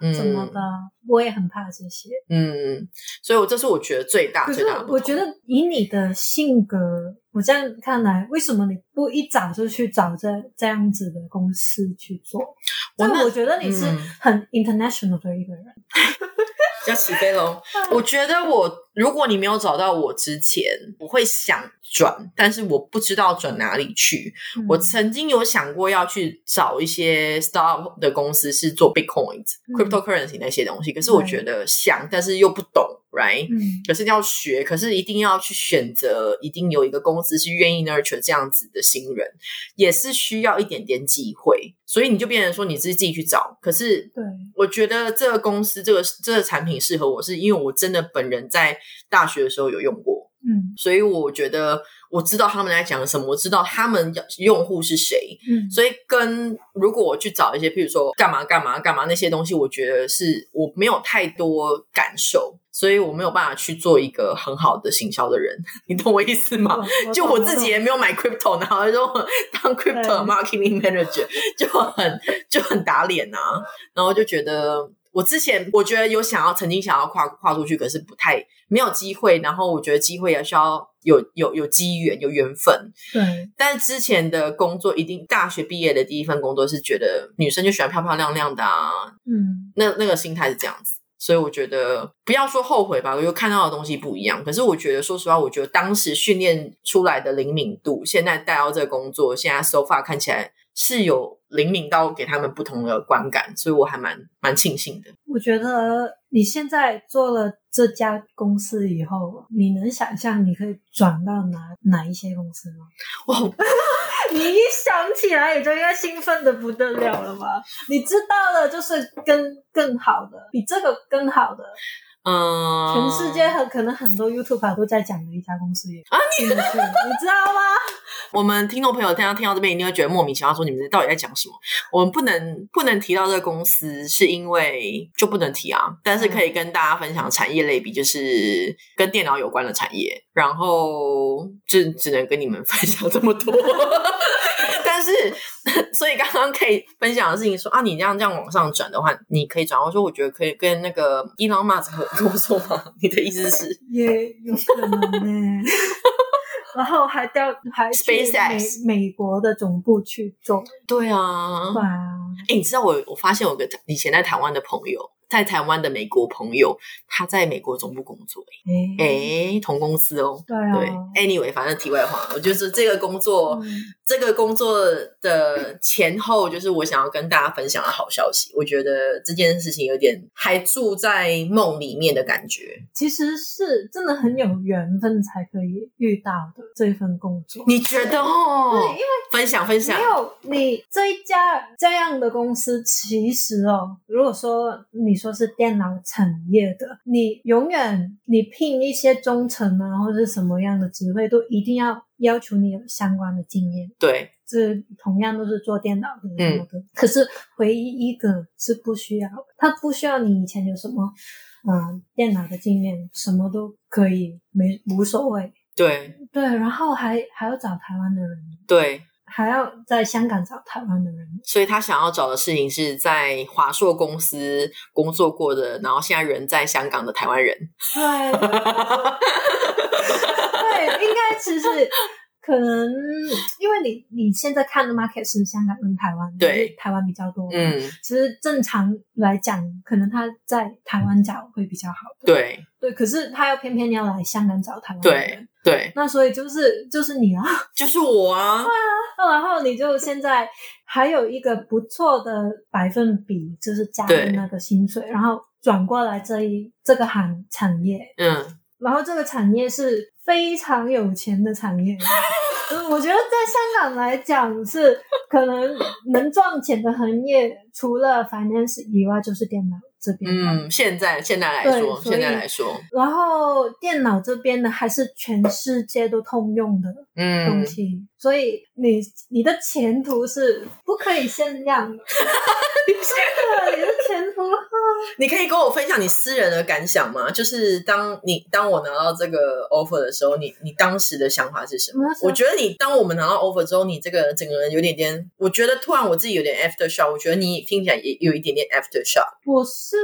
B: 嗯，
C: 什么的，我也很怕这些。
B: 嗯，所以我这是我觉得最大
C: 可
B: 最
C: 是
B: 大的不同。
C: 我觉得以你的性格，我这样看来，为什么你不一早就去找这这样子的公司去做？
B: 我那
C: 但我觉得你是
B: 嗯
C: 很 international 的一个人。
B: 要起飞 喽！我觉得我，如果你没有找到我之前，我会想转，但是我不知道转哪里去。
C: 嗯
B: 我曾经有想过要去找一些 startup 的公司，是做 bitcoins、
C: 嗯
B: cryptocurrency 那些东西，可是我觉得想，但是又不懂，right？
C: 嗯
B: 可是要学，可是一定要去选择，一定有一个公司是愿意 nurture 这样子的新人，也是需要一点点机会，所以你就变成说你是自己去找，可是
C: 对，
B: 我觉得这个公司这个这个产品适合我是，因为我真的本人在大学的时候有用过，
C: 嗯
B: 所以我觉得我知道他们在讲什么，我知道他们要用户是谁，
C: 嗯，
B: 所以跟如果我去找一些，譬如说干嘛干嘛干嘛那些东西，我觉得是我没有太多感受，所以我没有办法去做一个很好的行销的人，你懂我意思吗？
C: 我
B: 就
C: 懂
B: 我自己
C: 懂
B: 也没有买 crypto，然后就当 crypto
C: 对
B: marketing manager 就很就很打脸啊，然后就觉得我之前我觉得有想要曾经想要跨跨出去，可是不太没有机会，然后我觉得机会也需要有有有机缘有缘分，
C: 对，
B: 但之前的工作一定大学毕业的第一份工作是觉得女生就喜欢漂漂亮亮的啊，
C: 嗯
B: 那那个心态是这样子。所以我觉得不要说后悔吧，我就看到的东西不一样。可是我觉得，说实话，我觉得当时训练出来的灵敏度，现在带到这个工作，现在 so far 看起来是有灵敏到给他们不同的观感，所以我还蛮蛮庆幸的。
C: 我觉得你现在做了这家公司以后，你能想象你可以转到哪哪一些公司吗？
B: 哇，
C: 你一想起来，你就应该兴奋的不得了了吧？ 你知道了，就是更更好的，比这个更好的，
B: 嗯，
C: 全世界很可能很多 YouTube 都在讲的一家公司也啊，你你知道吗？
B: 我们听众朋友，大家听到这边一定会觉得莫名其妙，说你们到底在讲什么？我们不能不能提到这个公司，是因为就不能提啊。但是可以跟大家分享产业类比，就是跟电脑有关的产业。然后就只能跟你们分享这么多。 但是，所以刚刚可以分享的事情说啊，你这样这样往上转的话，你可以转。我说我觉得可以跟那个伊朗马子合合作吗？你的意思是？
C: 也有可能呢、 然后还调还去
B: SpaceX
C: 美美国的总部去做，
B: 对啊，
C: 对啊，
B: 哎、你知道我我发现我有个以前在台湾的朋友，在台湾的美国朋友，他在美国总部工作、
C: 哎、
B: 哎、同公司哦。
C: 对啊，
B: 对，anyway，反正题外话，我就是这个工作，
C: 嗯
B: 这个工作的前后，就是我想要跟大家分享的好消息。我觉得这件事情有点还住在梦里面的感觉。
C: 其实是真的很有缘分才可以遇到的这份工作。
B: 你觉得
C: 对，
B: 哦
C: 因？为
B: 分享分享
C: 没，有你这一家这样的公司，其实哦，如果说你说是电脑产业的，你永远你聘一些中层啊，或者是什么样的职位，都一定要要求你有相关的经验。
B: 对，
C: 这同样都是做电脑的
B: 嗯
C: 什么的，可是唯一一个是不需要，他不需要你以前有什么，嗯、电脑的经验，什么都可以，没无所谓。
B: 对，
C: 对，然后还还要找台湾的人，
B: 对。
C: 还要在香港找台湾的人，
B: 所以他想要找的事情是在华硕公司工作过的，然后现在人在香港的台湾人。
C: 对对，应该其实可能因为你你现在看的 market 是香港跟台湾，
B: 对
C: 就是台湾比较多，，
B: 嗯，
C: 其实正常来讲，可能他在台湾找会比较好的，
B: 对
C: 对，可是他又偏偏要来香港找台湾人
B: 对，对，
C: 那所以就是就是你啊，
B: 就是我啊。
C: 然后你就现在还有一个不错的百分比，就是加
B: 对
C: 入那个薪水，然后转过来这一这个行产业，
B: 嗯，
C: 然后这个产业是非常有钱的产业。嗯我觉得在香港来讲是可能能赚钱的行业，除了 finance 以外就是电脑。这边。
B: 嗯，现在现在来说，
C: 对所以
B: 现在来说，
C: 然后电脑这边呢，还是全世界都通用的东
B: 嗯，
C: 西，所以你你的前途是不可以限 量的，真的，你的前途
B: 你可以跟我分享你私人的感想吗？就是当你当我拿到这个 offer 的时候，你你当时的想法是什么？
C: 我那时候
B: 我觉得你当我们拿到 offer 之后，你这个整个人有点点，我觉得突然我自己有点 after shock，我觉得你听起来也有一点点 after shock。
C: 我是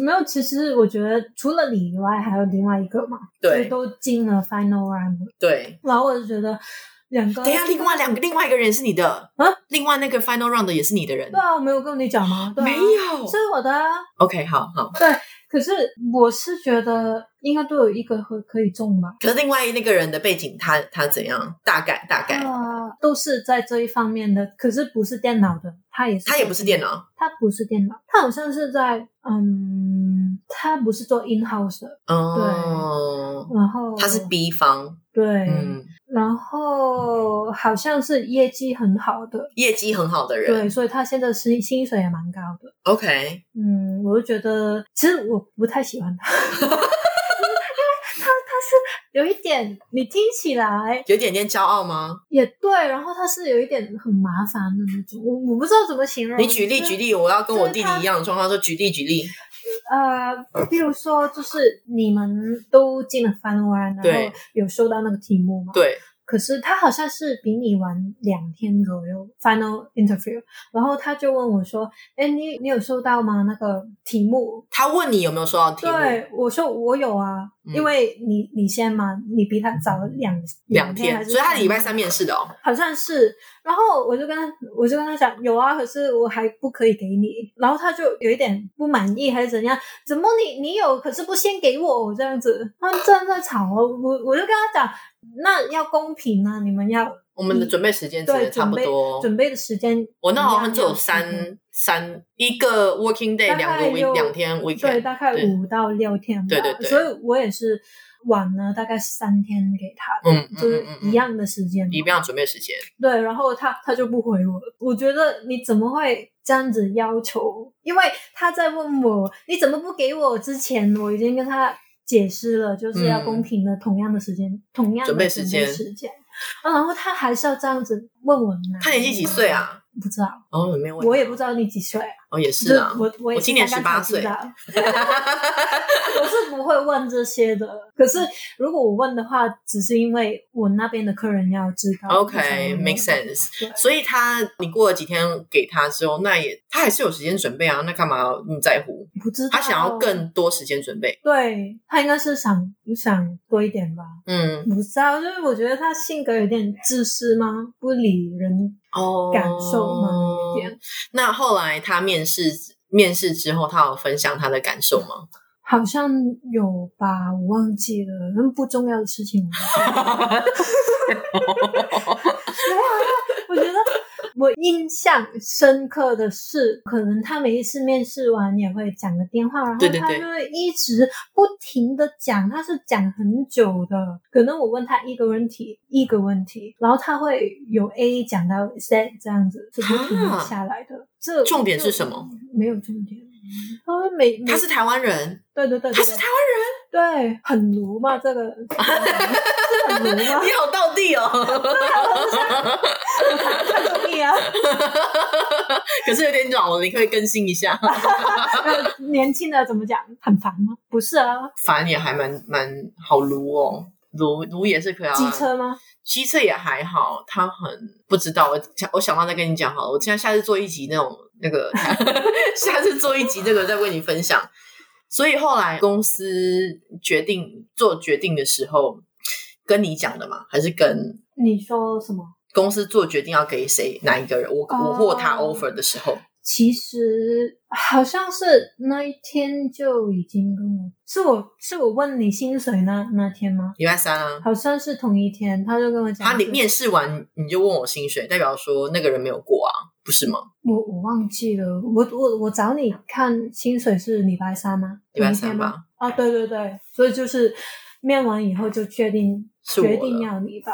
C: 没有。其实我觉得除了你以外，还有另外一个嘛，
B: 对
C: 就都进了 final round，了
B: 对，
C: 然后我就觉得两个，
B: 等一下，另外两个另外一个人是你的
C: 啊，
B: 另外那个 final round 的也是你的人
C: 对，啊，我没有跟你讲吗？对啊、
B: 没有
C: 是我的啊。
B: OK，好好。
C: 可是我是觉得应该都有一个会可以中吧。
B: 可是另外那个人的背景他，他怎样？大概大概，
C: 啊，都是在这一方面的，可是不是电脑的，他也是，
B: 他也不是电，脑，
C: 他不是电脑，他好像是在，嗯，他不是做 in house 的，
B: 哦，
C: 然后
B: 他是 B 方，
C: 对，
B: 嗯，
C: 然后好像是业绩很好的，
B: 业绩很好的人
C: 对，所以他现在薪薪水也蛮高的，
B: ，OK，
C: 嗯，我就觉得其实我不太喜欢他， 因为他他是有一点，你听起来
B: 有点点骄傲吗？
C: 也对，然后他是有一点很麻烦的那种，我我不知道怎么形容。
B: 你举例
C: 就是
B: 举例，我要跟我
C: 就是
B: 弟
C: 他
B: 弟一样的状况，说举例举例，
C: 呃，比如说，就是你们都进了 Final Round，然
B: 对
C: 后有收到那个题目嘛？。
B: 对，
C: 可是他好像是比你晚两天左右 Final Interview，然后他就问我说：“哎，你你有收到吗？那个题目？”
B: 他问你有没有收到题目，
C: 对，我说我有啊，
B: 嗯
C: 因为你你先嘛，你比他早两
B: 两
C: 天
B: 天，
C: 还是
B: 所以他
C: 三
B: 礼拜三面试的哦，
C: 好像是，然后我就跟他，我就跟他讲有啊，可是我还不可以给你，然后他就有一点不满意还是怎样，怎么你你有可是不先给我这样子，他们正在吵哦，我我就跟他讲，那要公平啊，你们要
B: 我们的准备时间真
C: 对
B: 的差
C: 准
B: 不
C: 备
B: 多，
C: 准备的时间，
B: 我那好像只
C: 就
B: 有三三一个 working day，
C: 大概
B: 两个 week
C: 有
B: 两天
C: 对，
B: weekend，
C: 大概
B: 对
C: 五到六天吧，
B: 对对对
C: 所以我也是晚了大概三天给他的。
B: 嗯嗯
C: 就是
B: 嗯
C: 一
B: 嗯，
C: 样的时间嘛，
B: 一样准备时间，
C: 对，然后他他就不回我，我觉得你怎么会这样子要求？因为他在问我你怎么不给我之前，我已经跟他解释了，就是要
B: 嗯
C: 公平的同样的时间，同样的
B: 准备
C: 时
B: 时间
C: 时间。啊然后他还是要这样子问我呢。
B: 他年纪几岁？啊？
C: 不知道，
B: 哦，没有问，
C: 我也不知道你几岁、啊。
B: 哦，也是啊
C: 就，我我也
B: 我今年
C: 是刚刚
B: 18岁
C: 才知 道我是不会问这些的。可是如果我问的话，只是因为我那边的客人要知道。
B: OK，make sense。
C: 对
B: 所以他，你过了几天给他之后，那也他还是有时间准备啊，那干嘛要那么在乎？
C: 不知道
B: 他想要更多时间准备。
C: 对他应该是想想多一点吧，
B: 嗯，
C: 不知道，就是我觉得他性格有点自私吗？不理人
B: 哦，
C: 感受吗？有点
B: 那后来他面试面试之后，他有分享他的感受吗？
C: 好像有吧，我忘记了，那不重要的 事情。啊我觉得我印象深刻的是，可能他每一次面试完也会讲个电话，然后
B: 对对
C: 他
B: 对
C: 就会一直不停的讲，他是讲很久的。可能我问他一个问题，一个问题，然后他会有 A 讲到 Z 这样子，是不停地下来的。这
B: 啊重点是什么？
C: 没有重点。他会每每
B: 他是台湾人，
C: 对对对，对
B: 他是台湾
C: 对很奴 嘛，这个是很奴吗
B: 人，？你好到地哦，
C: 太容易啊！
B: 可是有点老了，你可以更新一下。
C: 呃年轻的怎么讲？很烦吗？不是啊，
B: 反正也还蛮蛮好撸哦，撸撸也是可以、啊。
C: 机车吗？
B: 机车也还好，他很不知道。我想我想到再跟你讲好了，我现在下次做一集那种那 个，下次做一集这个再为你分享。所以后来公司决定做决定的时候，跟你讲的嘛，还是跟
C: 你说什么？
B: 公司做决定要给谁哪一个人？我、我
C: 哦
B: 或他 offer 的时候，
C: 其实好像是那一天就已经跟我，是我是我问你薪水那那天吗？
B: 礼拜三啊，
C: 好像是同一天，他就跟我讲，
B: 他你啊面试完你就问我薪水，代表说那个人没有过啊，不是吗？
C: 我我忘记了，我我我找你看薪水是礼拜三吗？
B: 礼拜
C: 同一
B: 三
C: 天吗？
B: 吧，
C: 啊，对对对，所以就是面完以后就确定
B: 是我
C: 决
B: 了
C: 定要你吧，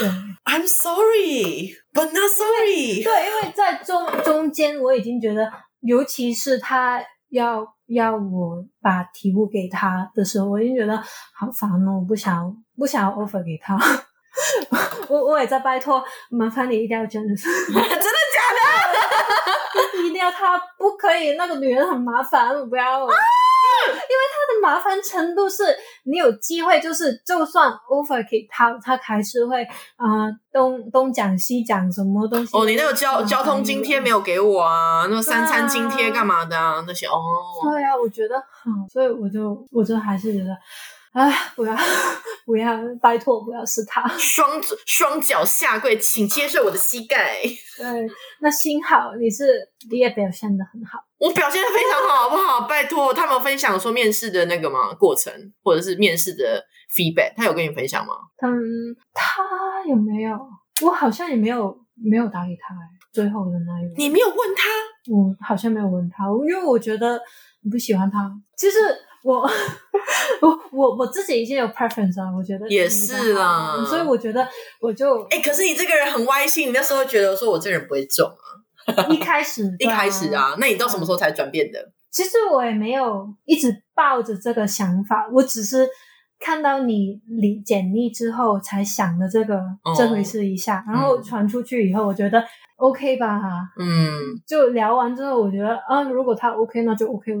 C: 对。
B: I'm sorry, but not sorry。
C: 对，因为在中中间我已经觉得，尤其是他要要我把题目给他的时候，我已经觉得好烦哦，我不想不想要 offer 给他。 我我也在拜托，麻烦你一定要真的是
B: 真的假的？
C: 一定要他不可以，那个女人很麻烦，我不要。
B: 啊
C: 因为她的麻烦程度是，你有机会就是，就算 offer 给她，她还是会啊、呃东东讲西讲，什么东西。
B: 哦，你那个交交通津贴没有给我啊？那个三餐津贴
C: 对啊
B: 干嘛的啊？那些哦，
C: 对啊，我觉得好，所以我就我就还是觉得，哎，不要 不要，拜托不要是他。
B: 双双脚下跪，请接受我的膝盖。
C: 对，那幸好你是你也表现的很好，
B: 我表现的非常好，好不好？拜托，他们有分享说面试的那个吗？过程或者是面试的 feedback，他有跟你分享吗？
C: 嗯，他有没有？我好像也没有没有打给他、哎，最后的那一个。
B: 你没有问他，
C: 我好像没有问他，因为我觉得你不喜欢他。其实我 我我我自己已经有 preference 了，我觉得
B: 也是啦
C: 所以我觉得我 就
B: 哎、可是你这个人很歪心，你那时候觉得说我这人不会中啊，
C: 一开始、
B: 一开始
C: 对，嗯
B: 啊，那你到什么时候才转变的？
C: 其实我也没有一直抱着这个想法，我只是看到你理简历之后才想的这个、
B: 哦
C: 这回事一下，然后
B: 嗯
C: 传出去以后，我觉得 OK 吧，
B: 嗯，
C: 就聊完之后，我觉得啊，如果他 OK，那就 OK 了。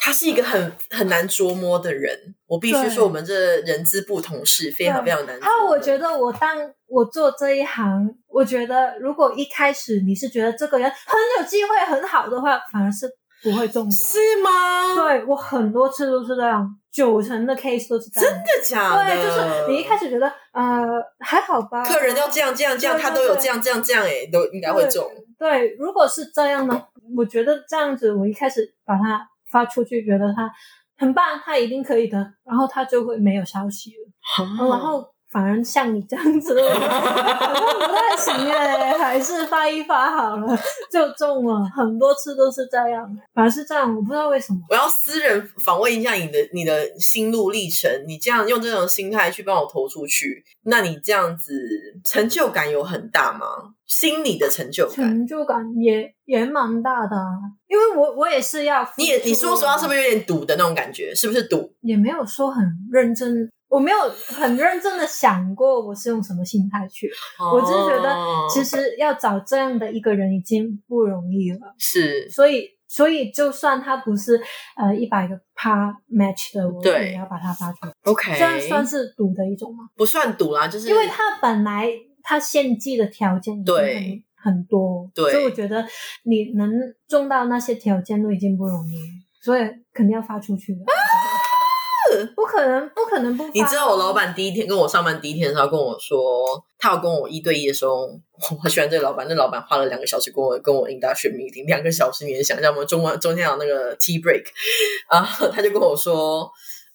B: 他是一个很很难捉摸的人，我必须
C: 对
B: 说，我们这人资部同事非常非常难捉摸。
C: 还有，我觉得我当我做这一行，我觉得如果一开始你是觉得这个人很有机会很好的话，反而是不会中的。
B: 是吗？真
C: 对我很多次都是这样，九成的 case 都是这样。
B: 的假的？
C: 对，就是你一开始觉得呃还好吧，
B: 客人要这样这样这样，
C: 对对
B: 他都有
C: 对
B: 这样这样这样、欸，哎，都应该会中。
C: 对，如果是这样的，我觉得这样子，我一开始把它发出去，觉得他很棒，他一定可以的，然后他就会没有消息了。
B: 嗯
C: 然后反而像你这样子，我好像不太行哎、还是发一发好了，就中了，很多次都是这样，反而是这样，我不知道为什么。
B: 我要私人访问一下你的你的心路历程，你这样用这种心态去帮我投出去，那你这样子成就感有很大吗？心理的成就感，
C: 成就感也也蛮大的、啊，因为我我也是要付出，
B: 你也你说实话是不啊
C: 是
B: 是有点赌的那种感觉？是不是赌？
C: 也没有说很认真，我没有很认真的想过我是用什么心态去，我只是觉得
B: 哦
C: 其实要找这样的一个人已经不容易了，
B: 哦是
C: 所以所以就算他不是呃一百个趴 match 的，我
B: 对
C: 也要把他发出来，
B: OK，
C: 这样算是赌的一种吗？
B: 不算赌啦，就是
C: 因为他本来他献祭的条件已经很
B: 对
C: 很多，
B: 对
C: 所以我觉得你能中到那些条件都已经不容易，所以肯定要发出去的。不可能，不可能不发。
B: 啊 你知道我老板第一天跟我上班第一天的时候跟我说，他有跟我一对一的时候，我很喜欢这个老板，那老板花了两个小时跟我跟我 induction meeting 两个小时，你能想象吗？中完中间有那个 tea break 啊，他就跟我说。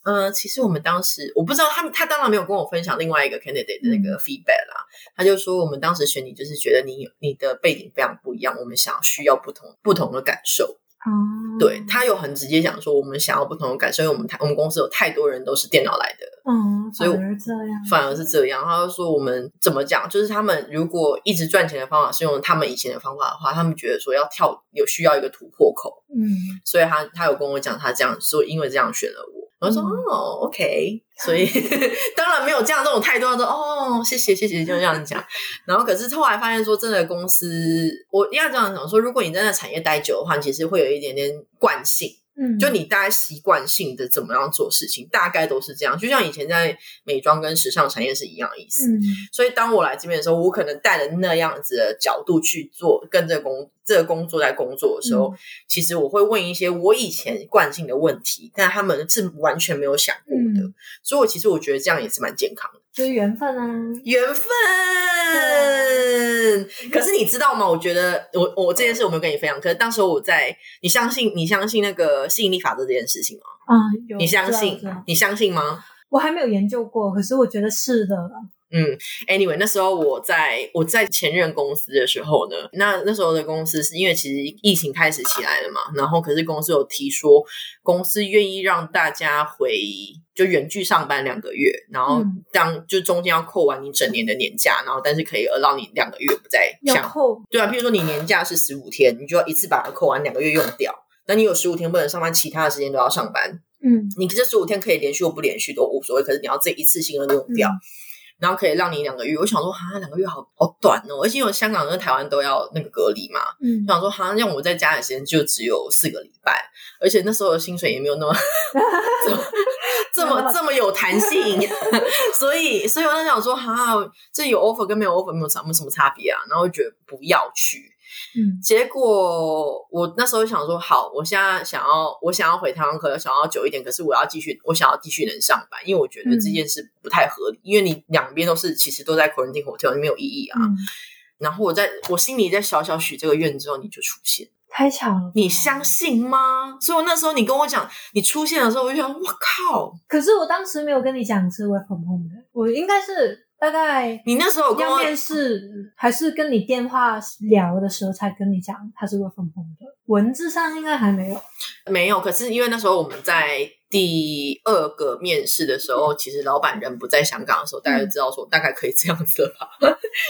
B: 嗯、其实我们当时我不知道他们，他当然没有跟我分享另外一个 candidate 的那个 feedback 啦。他就说我们当时选你，就是觉得你你的背景非常不一样，我们想要需要不同不同的感受。
C: 啊，
B: 对他有很直接讲说，我们想要不同的感受，因为我们太我们公司有太多人都是电脑来的，
C: 嗯，
B: 所以我
C: 反而这样，
B: 反而是这样。他就说我们怎么讲，就是他们如果一直赚钱的方法是用他们以前的方法的话，他们觉得说要跳有需要一个突破口，
C: 嗯，
B: 所以他他有跟我讲他这样说，因为这样选了我。我就说、
C: 嗯
B: 哦，OK，所以当然没有这样这种态度，他说哦，谢谢谢谢，就这样讲。然后可是后来发现说，真的公司，我要这样讲说，如果你在那产业待久的话，你其实会有一点点惯性。
C: 嗯，
B: 就你大概习惯性的怎么样做事情，大概都是这样。就像以前在美妆跟时尚产业是一样的意思。
C: 嗯，
B: 所以当我来这边的时候，我可能带着那样子的角度去做，跟这个工这个工作在工作的时
C: 嗯
B: 候，其实我会问一些我以前惯性的问题，但他们是完全没有想过的。
C: 嗯
B: 所以我其实我觉得这样也是蛮健康的。
C: 就是缘分啊，
B: 缘分。可是你知道吗？我觉得我我这件事我没有跟你分享，可是当时我在，你相信你相信那个吸引力法则这件事情吗？
C: 啊，有
B: 你相
C: 知道
B: 信
C: 知道？
B: 你相信吗？
C: 我还没有研究过，可是我觉得是的，
B: 嗯，anyway，那时候我在我在前任公司的时候呢，那那时候的公司是因为其实疫情开始起来了嘛，然后可是公司有提说，公司愿意让大家回就远距上班两个月，然后
C: 嗯
B: 当、就中间要扣完你整年的年假，然后但是可以让你两个月不再
C: 要
B: 想
C: 扣，
B: 对啊，譬如说你年假是十五天，你就要一次把它扣完，两个月用掉。那你有十五天不能上班，其他的时间都要上班。
C: 嗯
B: 你这十五天可以连续或不连续都无所谓，可是你要这一次性的用掉，
C: 嗯
B: 然后可以让你两个月。我想说，哈，两个月好好短哦，而且有香港跟台湾都要那个隔离嘛，
C: 嗯
B: 我，想说，好像让我在家里的时间就只有四个礼拜，而且那时候的薪水也没有那么这么这么这么有弹性，所以所以我在想说，哈，这有 offer 跟没有 offer 没有什么什么差别啊？然后我觉得不要去。
C: 嗯
B: 结果我那时候想说，好，我现在想要我想要回台湾，可能想要久一点，可是我要继续，我想要继续能上班，因为我觉得这件事不太合理，因为你两边都是其实都在 quarantine hotel，没有意义啊。
C: 嗯
B: 然后我在我心里在小小许这个愿之后，你就出现。
C: 太巧了吧，
B: 你相信吗？所以我那时候你跟我讲你出现的时候，我就想，我靠！
C: 可是我当时没有跟你讲是 work from home 的，我应该是大概
B: 你那时候有跟
C: 要
B: 我
C: 面试还是跟你电话聊的时候才跟你讲他是 work from home 的，文字上应该还没有。
B: 没有，可是因为那时候我们在第二个面试的时候，其实老板人不在香港的时候，大
C: 嗯
B: 家就知道说大概可以这样子了吧？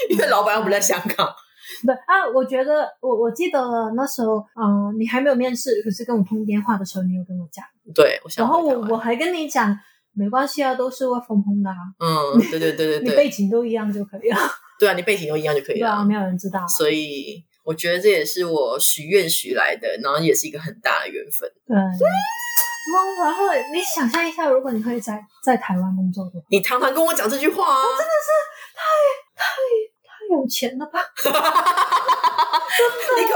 B: 因为老板又不在香港，
C: 不啊，我觉得我我记得了那时候，嗯、你还没有面试，可是跟我通电话的时候，你有跟我讲，
B: 对，我想
C: 然后
B: 回台
C: 我
B: 湾
C: 我还跟你讲，没关系啊，都是 work from home 的啊，
B: 嗯，对对对
C: 你
B: 对
C: 背
B: 对，
C: 景都一样就可以了，
B: 对啊，你背景都一样就可以
C: 对
B: 了
C: 啊，。没有人知道啊，
B: 所以我觉得这也是我许愿许来的，然后也是一个很大的缘分。
C: 对。嗯然后你想象一下，如果你会在在台湾工作的话，
B: 你常常跟我讲这句话啊，
C: 哦太有钱了吧？
B: 你可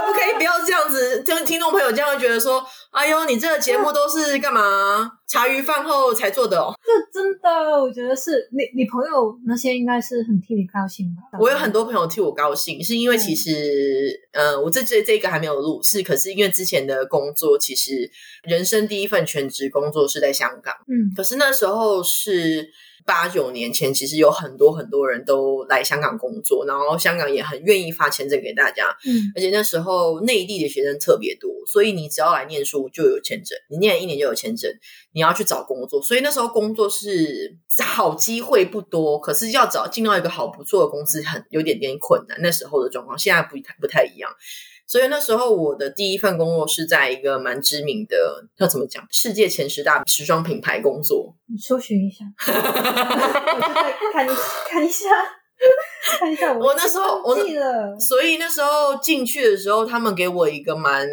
B: 不可以不要这样子？就是听众朋友这样会觉得说：“哎呦，你这个节
C: 嗯
B: 目都是干嘛？茶余饭后才做的哦。
C: 这真的，我觉得是你你朋友那些应该是很替你高兴吧？”
B: 我有很多朋友替我高兴，是因为其实，呃，我这这这个还没有录，是可是因为之前的工作，其实人生第一份全职工作是在香港，
C: 嗯
B: 可是那时候是八九年前，其实有很多很多人都来香港工作，然后香港也很愿意发签证给大家，
C: 嗯
B: 而且那时候内地的学生特别多，所以你只要来念书就有签证，你念一年就有签证，你要去找工作，所以那时候工作是好机会不多，可是要找进到一个好不错的公司很有点点困难。那时候的状况现在不太不太一样，所以那时候我的第一份工作是在一个蛮知名的，要怎么讲，世界前十大时装品牌工作。
C: 你搜寻一下，我就在看一看一下， 看一下
B: 我那时候我那
C: 忘记了，
B: 所以那时候进去的时候，他们给我一个蛮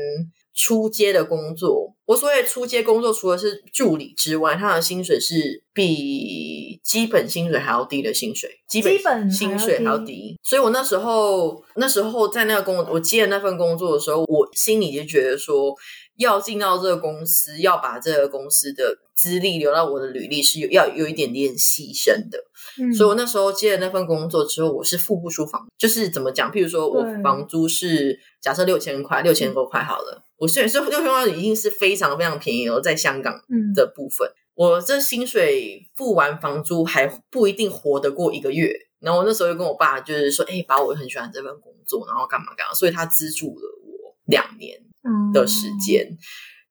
B: 出街的工作。我所谓出街工作，除了是助理之外，他的薪水是比基本薪水还要低的薪水，基
C: 基本还要低
B: 薪水还要低。所以我那时候那时候在那个工，我接的那份工作的时候，我心里就觉得说，要进到这个公司，要把这个公司的资历留到我的履历是有要有一点点牺牲的。
C: 嗯
B: 所以我那时候接了那份工作之后，我是付不出房，就是怎么讲？譬如说我
C: 对
B: 房租是假设六千块，六千多块好了，我虽然说六千块已经是非常非常便宜了，在香港
C: 嗯
B: 的部分，我这薪水付完房租还不一定活得过一个月。然后我那时候就跟我爸就是说，哎、把我很喜欢这份工作，然后干嘛干嘛，所以他资助了我两年。
C: 嗯
B: 的时，间，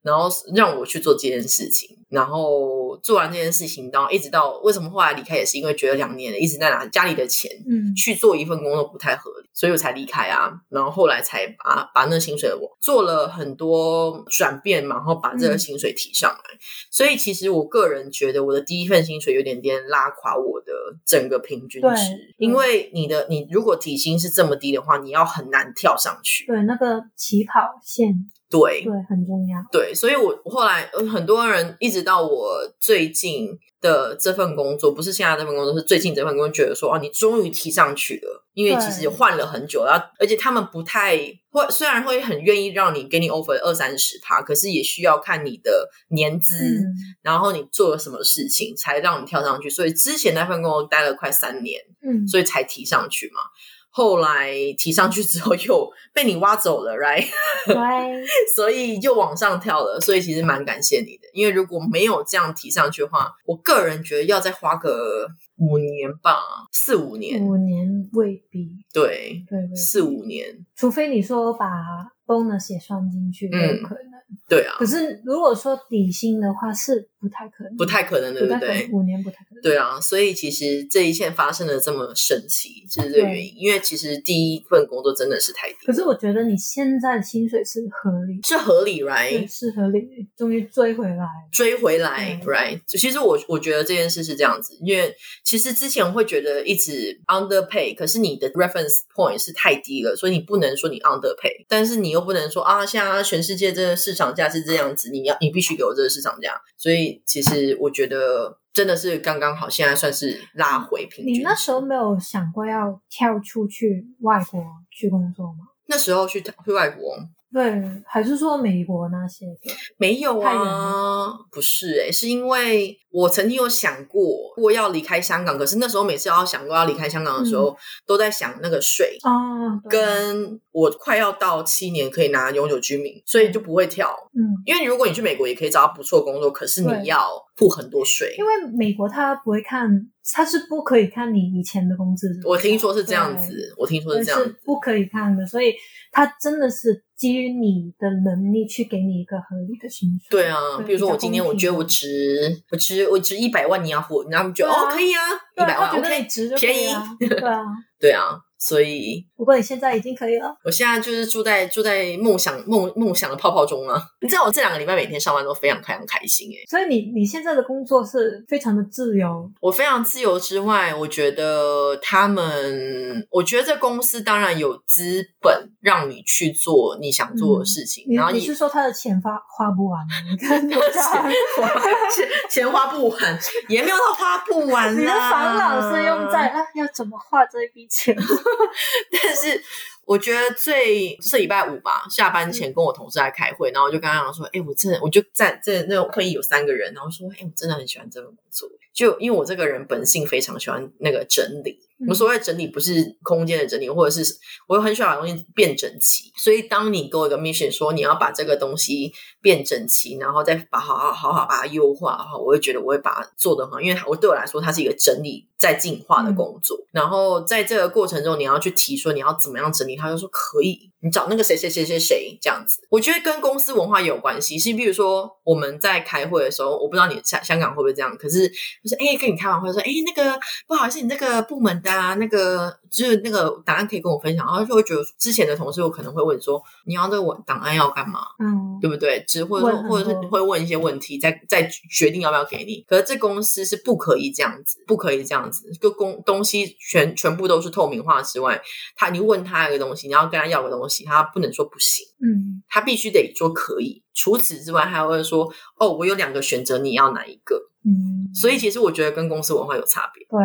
B: 然后让我去做这件事情。然后做完这件事情，然后一直到为什么后来离开，也是因为觉得两年了一直在拿家里的钱
C: 嗯
B: 去做一份工作不太合理，所以我才离开啊。然后后来才把把那薪水我做了很多转变嘛，然后把这个
C: 嗯
B: 薪水提上来。所以其实我个人觉得，我的第一份薪水有点点拉垮我的整个平均
C: 对嗯
B: 值
C: 对，
B: 因为你的你如果底薪是这么低的话，你要很难跳上去。
C: 对那个起跑
B: 嗯
C: 线，
B: 对
C: 对很重要。
B: 对，所以我我后来呃很多人一直到我最近的这份工作，不是现在这份工作，是最近这份工作，觉得说哦，你终于提上去了，因为其实
C: 对
B: 换了很久，然后而且他们不太会，虽然会很愿意让你给你 offer 二三十趴，可是也需要看你的年资，
C: 嗯，
B: 然后你做了什么事情才让你跳上去。所以之前那份工作待了快三年，
C: 嗯，
B: 所以才提上去嘛。后来提上去之后又被你挖走了，right？
C: 对，
B: 所以就往上跳了。所以其实蛮感谢你的，因为如果没有这样提上去的话，我个人觉得要再花个五年吧，四
C: 嗯
B: 五年，
C: 五年未必，
B: 对，
C: 对对，
B: 四五年，
C: 除非你说把 bonus 也算进
B: 嗯
C: 去都有可能。
B: 对啊，
C: 可是如果说底薪的话，是不太可能，
B: 不太可能，对不
C: 不太可
B: 对
C: 能，？五年不太可能。
B: 对啊，所以其实这一切发生的这么神奇，就是这个原因。因为其实第一份工作真的是太低，
C: 可是我觉得你现在的薪水是合理，
B: 是合理
C: 对，
B: ，right？
C: 是合理，终于追回来了。
B: 追回来、
C: 嗯
B: r i g h t 其实我我觉得这件事是这样子，因为其实之前会觉得一直 underpay，可是你的 reference point 是太低了，所以你不能说你 underpay，但是你又不能说啊，现在全世界这个市场价是这样子，你要你必须给我这个市场价。所以其实我觉得真的是刚刚好，现在算是拉回平均值。
C: 你那时候没有想过要跳出去外国去工作吗？
B: 那时候去去外国，
C: 对，还是说美国那些的？
B: 没有
C: 太远
B: 啊，不是诶、是因为我曾经有想过，我要离开香港，可是那时候每次要想过要离开香港的时
C: 嗯
B: 候，都在想那个税。
C: 啊，对
B: 跟我快要到七年可以拿永久居民，所以就不会跳。
C: 嗯，
B: 因为如果你去美国也可以找到不错工作，可是
C: 对
B: 你要付很多税。
C: 因为美国他不会看，他是不可以看你以前的工资是多少。
B: 我听说是这样
C: 对
B: 子，我听说
C: 对，
B: 是这样子
C: 是。不可以看的，所以他真的是基于你的能力去给你一个合理的薪水。
B: 对啊，比如说我今天我觉得我
C: 值
B: 值我值我值一百万，你要付我，然后他们觉得、
C: 对啊
B: 哦可以啊，一百万
C: 觉得
B: OK，
C: 你值就可以 啊，对啊。
B: 对啊，所以
C: 不过你现在已经可以了，
B: 我现在就是住在住在梦想梦梦想的泡泡中啊！ 你知道我这两个礼拜每天上班都非常非常开心欸诶、
C: 所以你你现在的工作是非常的自由，
B: 我非常自由之外，我觉得他们，我觉得这公司当然有资本让你去做你想做的事情，
C: 嗯你
B: 然后
C: 你
B: 也
C: 是说他的钱花花不完吗？你看
B: 钱花钱钱花不完，也没有到花不完啊啦。
C: 你的烦恼是用在啊要怎么花这一笔钱？
B: 但是我觉得最是礼拜五吧，下班前跟我同事在开会，然后我就跟他讲说，哎、我真的，我就在这那个会议有三个人，然后说，哎、我真的很喜欢这份工作，就因为我这个人本性非常喜欢那个整理。 我所谓的整理不是空间的整理，或者是我很喜欢把东西变整齐。所以，当你给我一个 mission 说你要把这个东西变整齐，然后再把好好好好把它优化的话，我会觉得我会把它做得很好，因为我对我来说，它是一个整理在进化的工作。然后在这个过程中，你要去提说你要怎么样整理，他就说可以，你找那个谁谁谁谁谁这样子。我觉得跟公司文化也有关系，是比如说我们在开会的时候，我不知道你香香港会不会这样，可是就是哎、跟你开完会说哎、那个不好意思，你那个部门的、啊、那个就是那个档案可以跟我分享，然后就会觉得之前的同事有可能会问说你要这个文档案要干嘛？
C: 嗯，
B: 对不对？只或者
C: 问
B: 说，
C: 很
B: 或者是
C: 多
B: 会问一些问题，再再决定要不要给你。可是这公司是不可以这样子，不可以这样子。就公东西全全部都是透明化之外，他你问他一个东西，你要跟他要个东西，他不能说不行，
C: 嗯，
B: 他必须得说可以。除此之外，他还会说哦，我有两个选择，你要哪一个？
C: 嗯，
B: 所以其实我觉得跟公司文化有差别。
C: 对，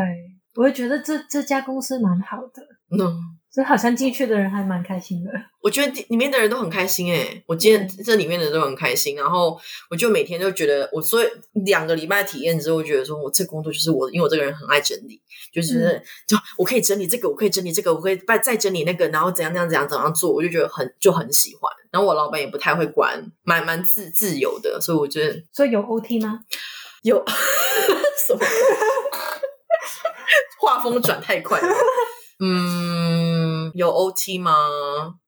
C: 我会觉得这这家公司蛮好的，
B: 嗯，
C: 所以好像进去的人还蛮开心的。
B: 我觉得里面的人都很开心诶、我今天这里面的人都很开心，然后我就每天就觉得，我所以两个礼拜体验之后，我觉得说我这工作就是我，因为我这个人很爱整理，就是、就我可以整理这个，我可以整理这个，我可以再再整理那个，然后怎样怎样怎样怎样做，我就觉得很就很喜欢。然后我老板也不太会管，蛮蛮自自由的，所以我觉得
C: 所以有 OT 吗？
B: 有什么 画风转太快了。嗯，有 OT 吗？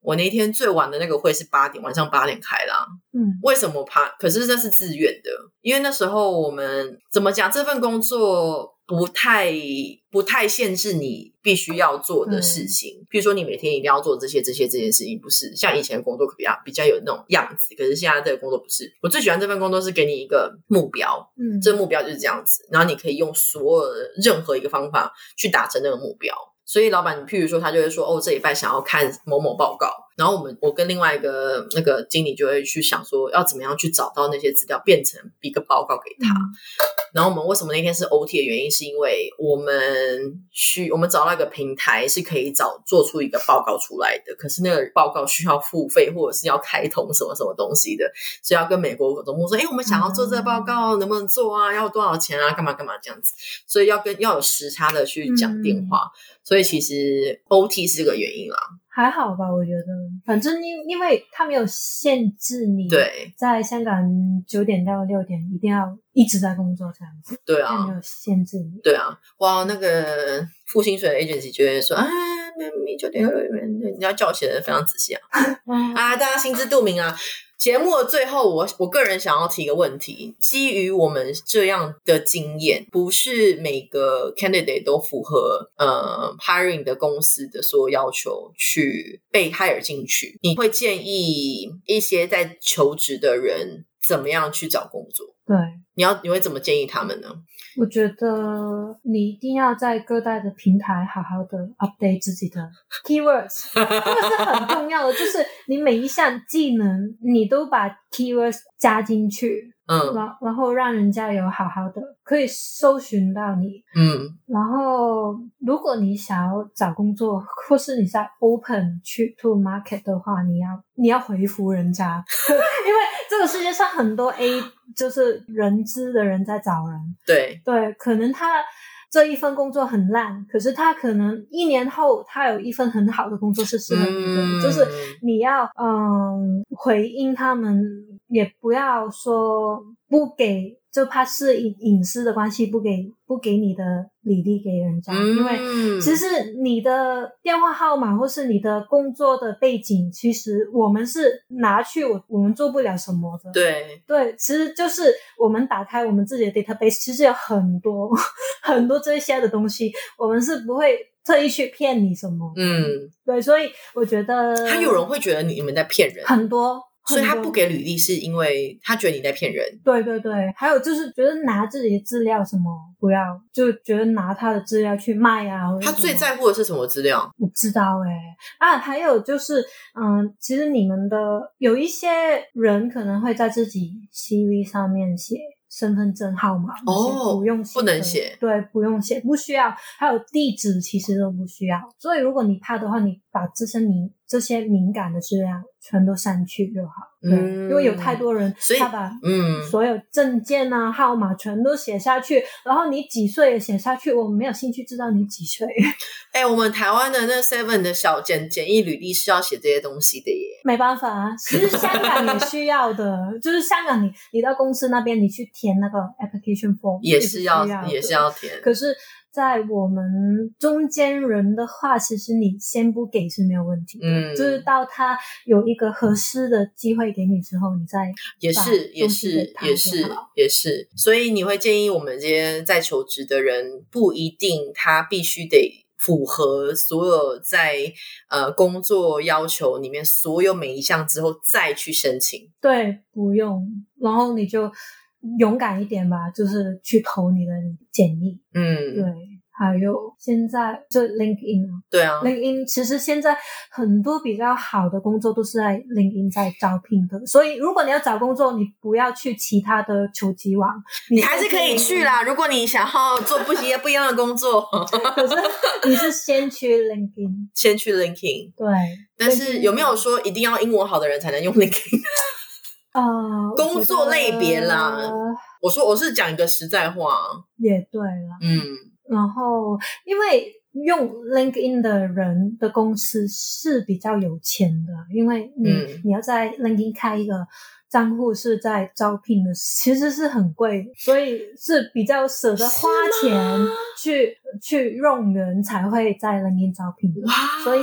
B: 我那天最晚的那个会是八点，晚上八点开啦。
C: 嗯
B: 为什么怕？可是这是自愿的，因为那时候我们怎么讲，这份工作不太不太限制你必须要做的事情，比如说你每天一定要做这些这些这件事情，不是像以前的工作比较比较有那种样子，可是现在这个工作不是。我最喜欢这份工作是给你一个目标，
C: 嗯，
B: 这目标就是这样子，然后你可以用所有的任何一个方法去达成那个目标。所以老板，譬如说他就会说，哦，这礼拜想要看某某报告，然后我们我跟另外一个那个经理就会去想说，要怎么样去找到那些资料，变成一个报告给
C: 嗯
B: 他。然后我们为什么那天是 OT 的原因，是因为我们需我们找到一个平台是可以找做出一个报告出来的，可是那个报告需要付费或者是要开通什么什么东西的，所以要跟美国总部说，哎，我们想要做这个报告，能不能做啊？要多少钱啊？干嘛干嘛这样子，所以要跟要有时差的去讲电话，所以其实 OT 是个原因啦，
C: 还好吧，我觉得，反正因因为他没有限制你，，
B: 对
C: 在香港九点到六点一定要一直在工作这样子，
B: 对
C: 他没
B: 啊，
C: 有限制你。
B: 对啊，哇，那个付薪水的 agency 就会说，啊，没九点六六元，对，你要叫我写的非常仔细啊
C: 嗯
B: 啊，大家心知肚明啊。节目的最后我，我个人想要提一个问题：基于我们这样的经验，不是每个 candidate 都符合呃 hiring 的公司的所有要求去被 hire 进去。你会建议一些在求职的人怎么样去找工作？
C: 对，
B: 你要你会怎么建议他们呢？
C: 我觉得你一定要在各大的平台好好的 update 自己的 keywords，这个是很重要的，就是你每一项技能你都把 keywords 加进去，
B: 嗯
C: 然然后让人家有好好的可以搜寻到你，
B: 嗯
C: 然后，如果你想要找工作，或是你在 open 去 to market 的话，你要你要回复人家， 因为这个世界上很多 A 就是人资的人在找人，
B: 对，
C: 对，可能他这一份工作很烂，可是他可能一年后他有一份很好的工作是适合你的，
B: 嗯
C: 就是你要嗯回应他们，也不要说不给，就怕是隐隐私的关系，不给不给你的履历给人家，因为。
B: 嗯
C: 其实你的电话号码或是你的工作的背景，其实我们是拿去我我们做不了什么的。
B: 对，
C: 对，其实就是我们打开我们自己的 database，其实有很多 很多这些的东西，我们是不会特意去骗你什么。
B: 嗯，
C: 对，所以我觉得
B: 他有人会觉得你们在骗人，
C: 呃很多，
B: 所以他
C: 很多
B: 不。给履历是因为他觉得你在骗人。
C: 对对对，还有就是觉得拿自己的资料什么不要，就觉得拿他的资料去卖啊。或者
B: 他
C: 什么
B: 最在乎的是什么资料？
C: 我不知道哎、啊，还有就是，嗯，其实你们的有一些人可能会在自己 CV 上面写身份证号码，
B: 哦
C: 不用写
B: 不能
C: 的
B: 写，
C: 对，不用写，不需要，还有地址其实都不需要。所以如果你怕的话，你把这些敏这些敏感的资料全都删去就好，对，
B: 嗯
C: 因为有太多人
B: 所以
C: 他把
B: 嗯，
C: 所有证件啊、号码全都写下去，然后你几岁也写下去，我没有兴趣知道你几岁。
B: 哎、我们台湾的那 Seven 的小简简易履历是要写这些东西的耶。
C: 没办法啊，其实香港也需要的， 就是香港你你到公司那边你去填那个 application form
B: 也
C: 是
B: 是要
C: 的
B: 也是。要填，
C: 可是，在我们中间人的话，其实你先不给是没有问题的，
B: 嗯
C: 就是到他有一个合适的机会给你之后，你再
B: 也
C: 把
B: 是也
C: 东西给
B: 是
C: 他
B: 也
C: 就是好
B: 也是，所以你会建议我们这些在求职的人，不一定他必须得符合所有在呃工作要求里面所有每一项之后再去申请。
C: 对不用，然后你就勇敢一点吧，就是去投你的简历。
B: 嗯，
C: 对，还有现在就 LinkedIn 啊，
B: 对啊，
C: LinkedIn 其实现在很多比较好的工作都是在 LinkedIn 在招聘的，所以如果你要找工作，你不要去其他的求职网，
B: 你还是可以去。啦。如果你想要做不一不一样的工作，
C: 可是你是先去 LinkedIn，
B: 先去 LinkedIn。
C: 对。
B: 但是
C: LinkedIn
B: 有没有说一定要英文好的人才能用 LinkedIn？
C: 呃我
B: 工作
C: 觉得
B: 类别啦我说我是讲一个实在话，
C: 也对了，
B: 嗯
C: 然后因为。用 LinkedIn 的人的公司是比较有钱的，因为你、
B: 嗯
C: 你要在 LinkedIn 开一个账户是在招聘的，其实是很贵，所以是比较舍得花钱去去用人才会在 LinkedIn 招聘的。
B: 哇，
C: 所以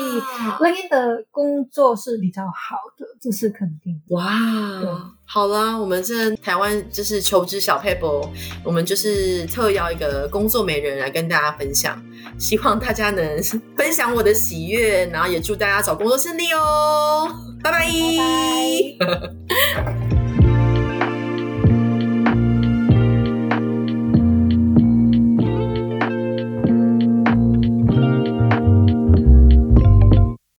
C: LinkedIn 的工作是比较好的，这是肯定的。
B: 哇，哦好啦，我们这台湾就是求职小 paper，我们就是特邀一个工作美人来跟大家分享，希望大家能 分享我的喜悦，然后也祝大家找工作顺利哦，拜拜
C: 拜拜。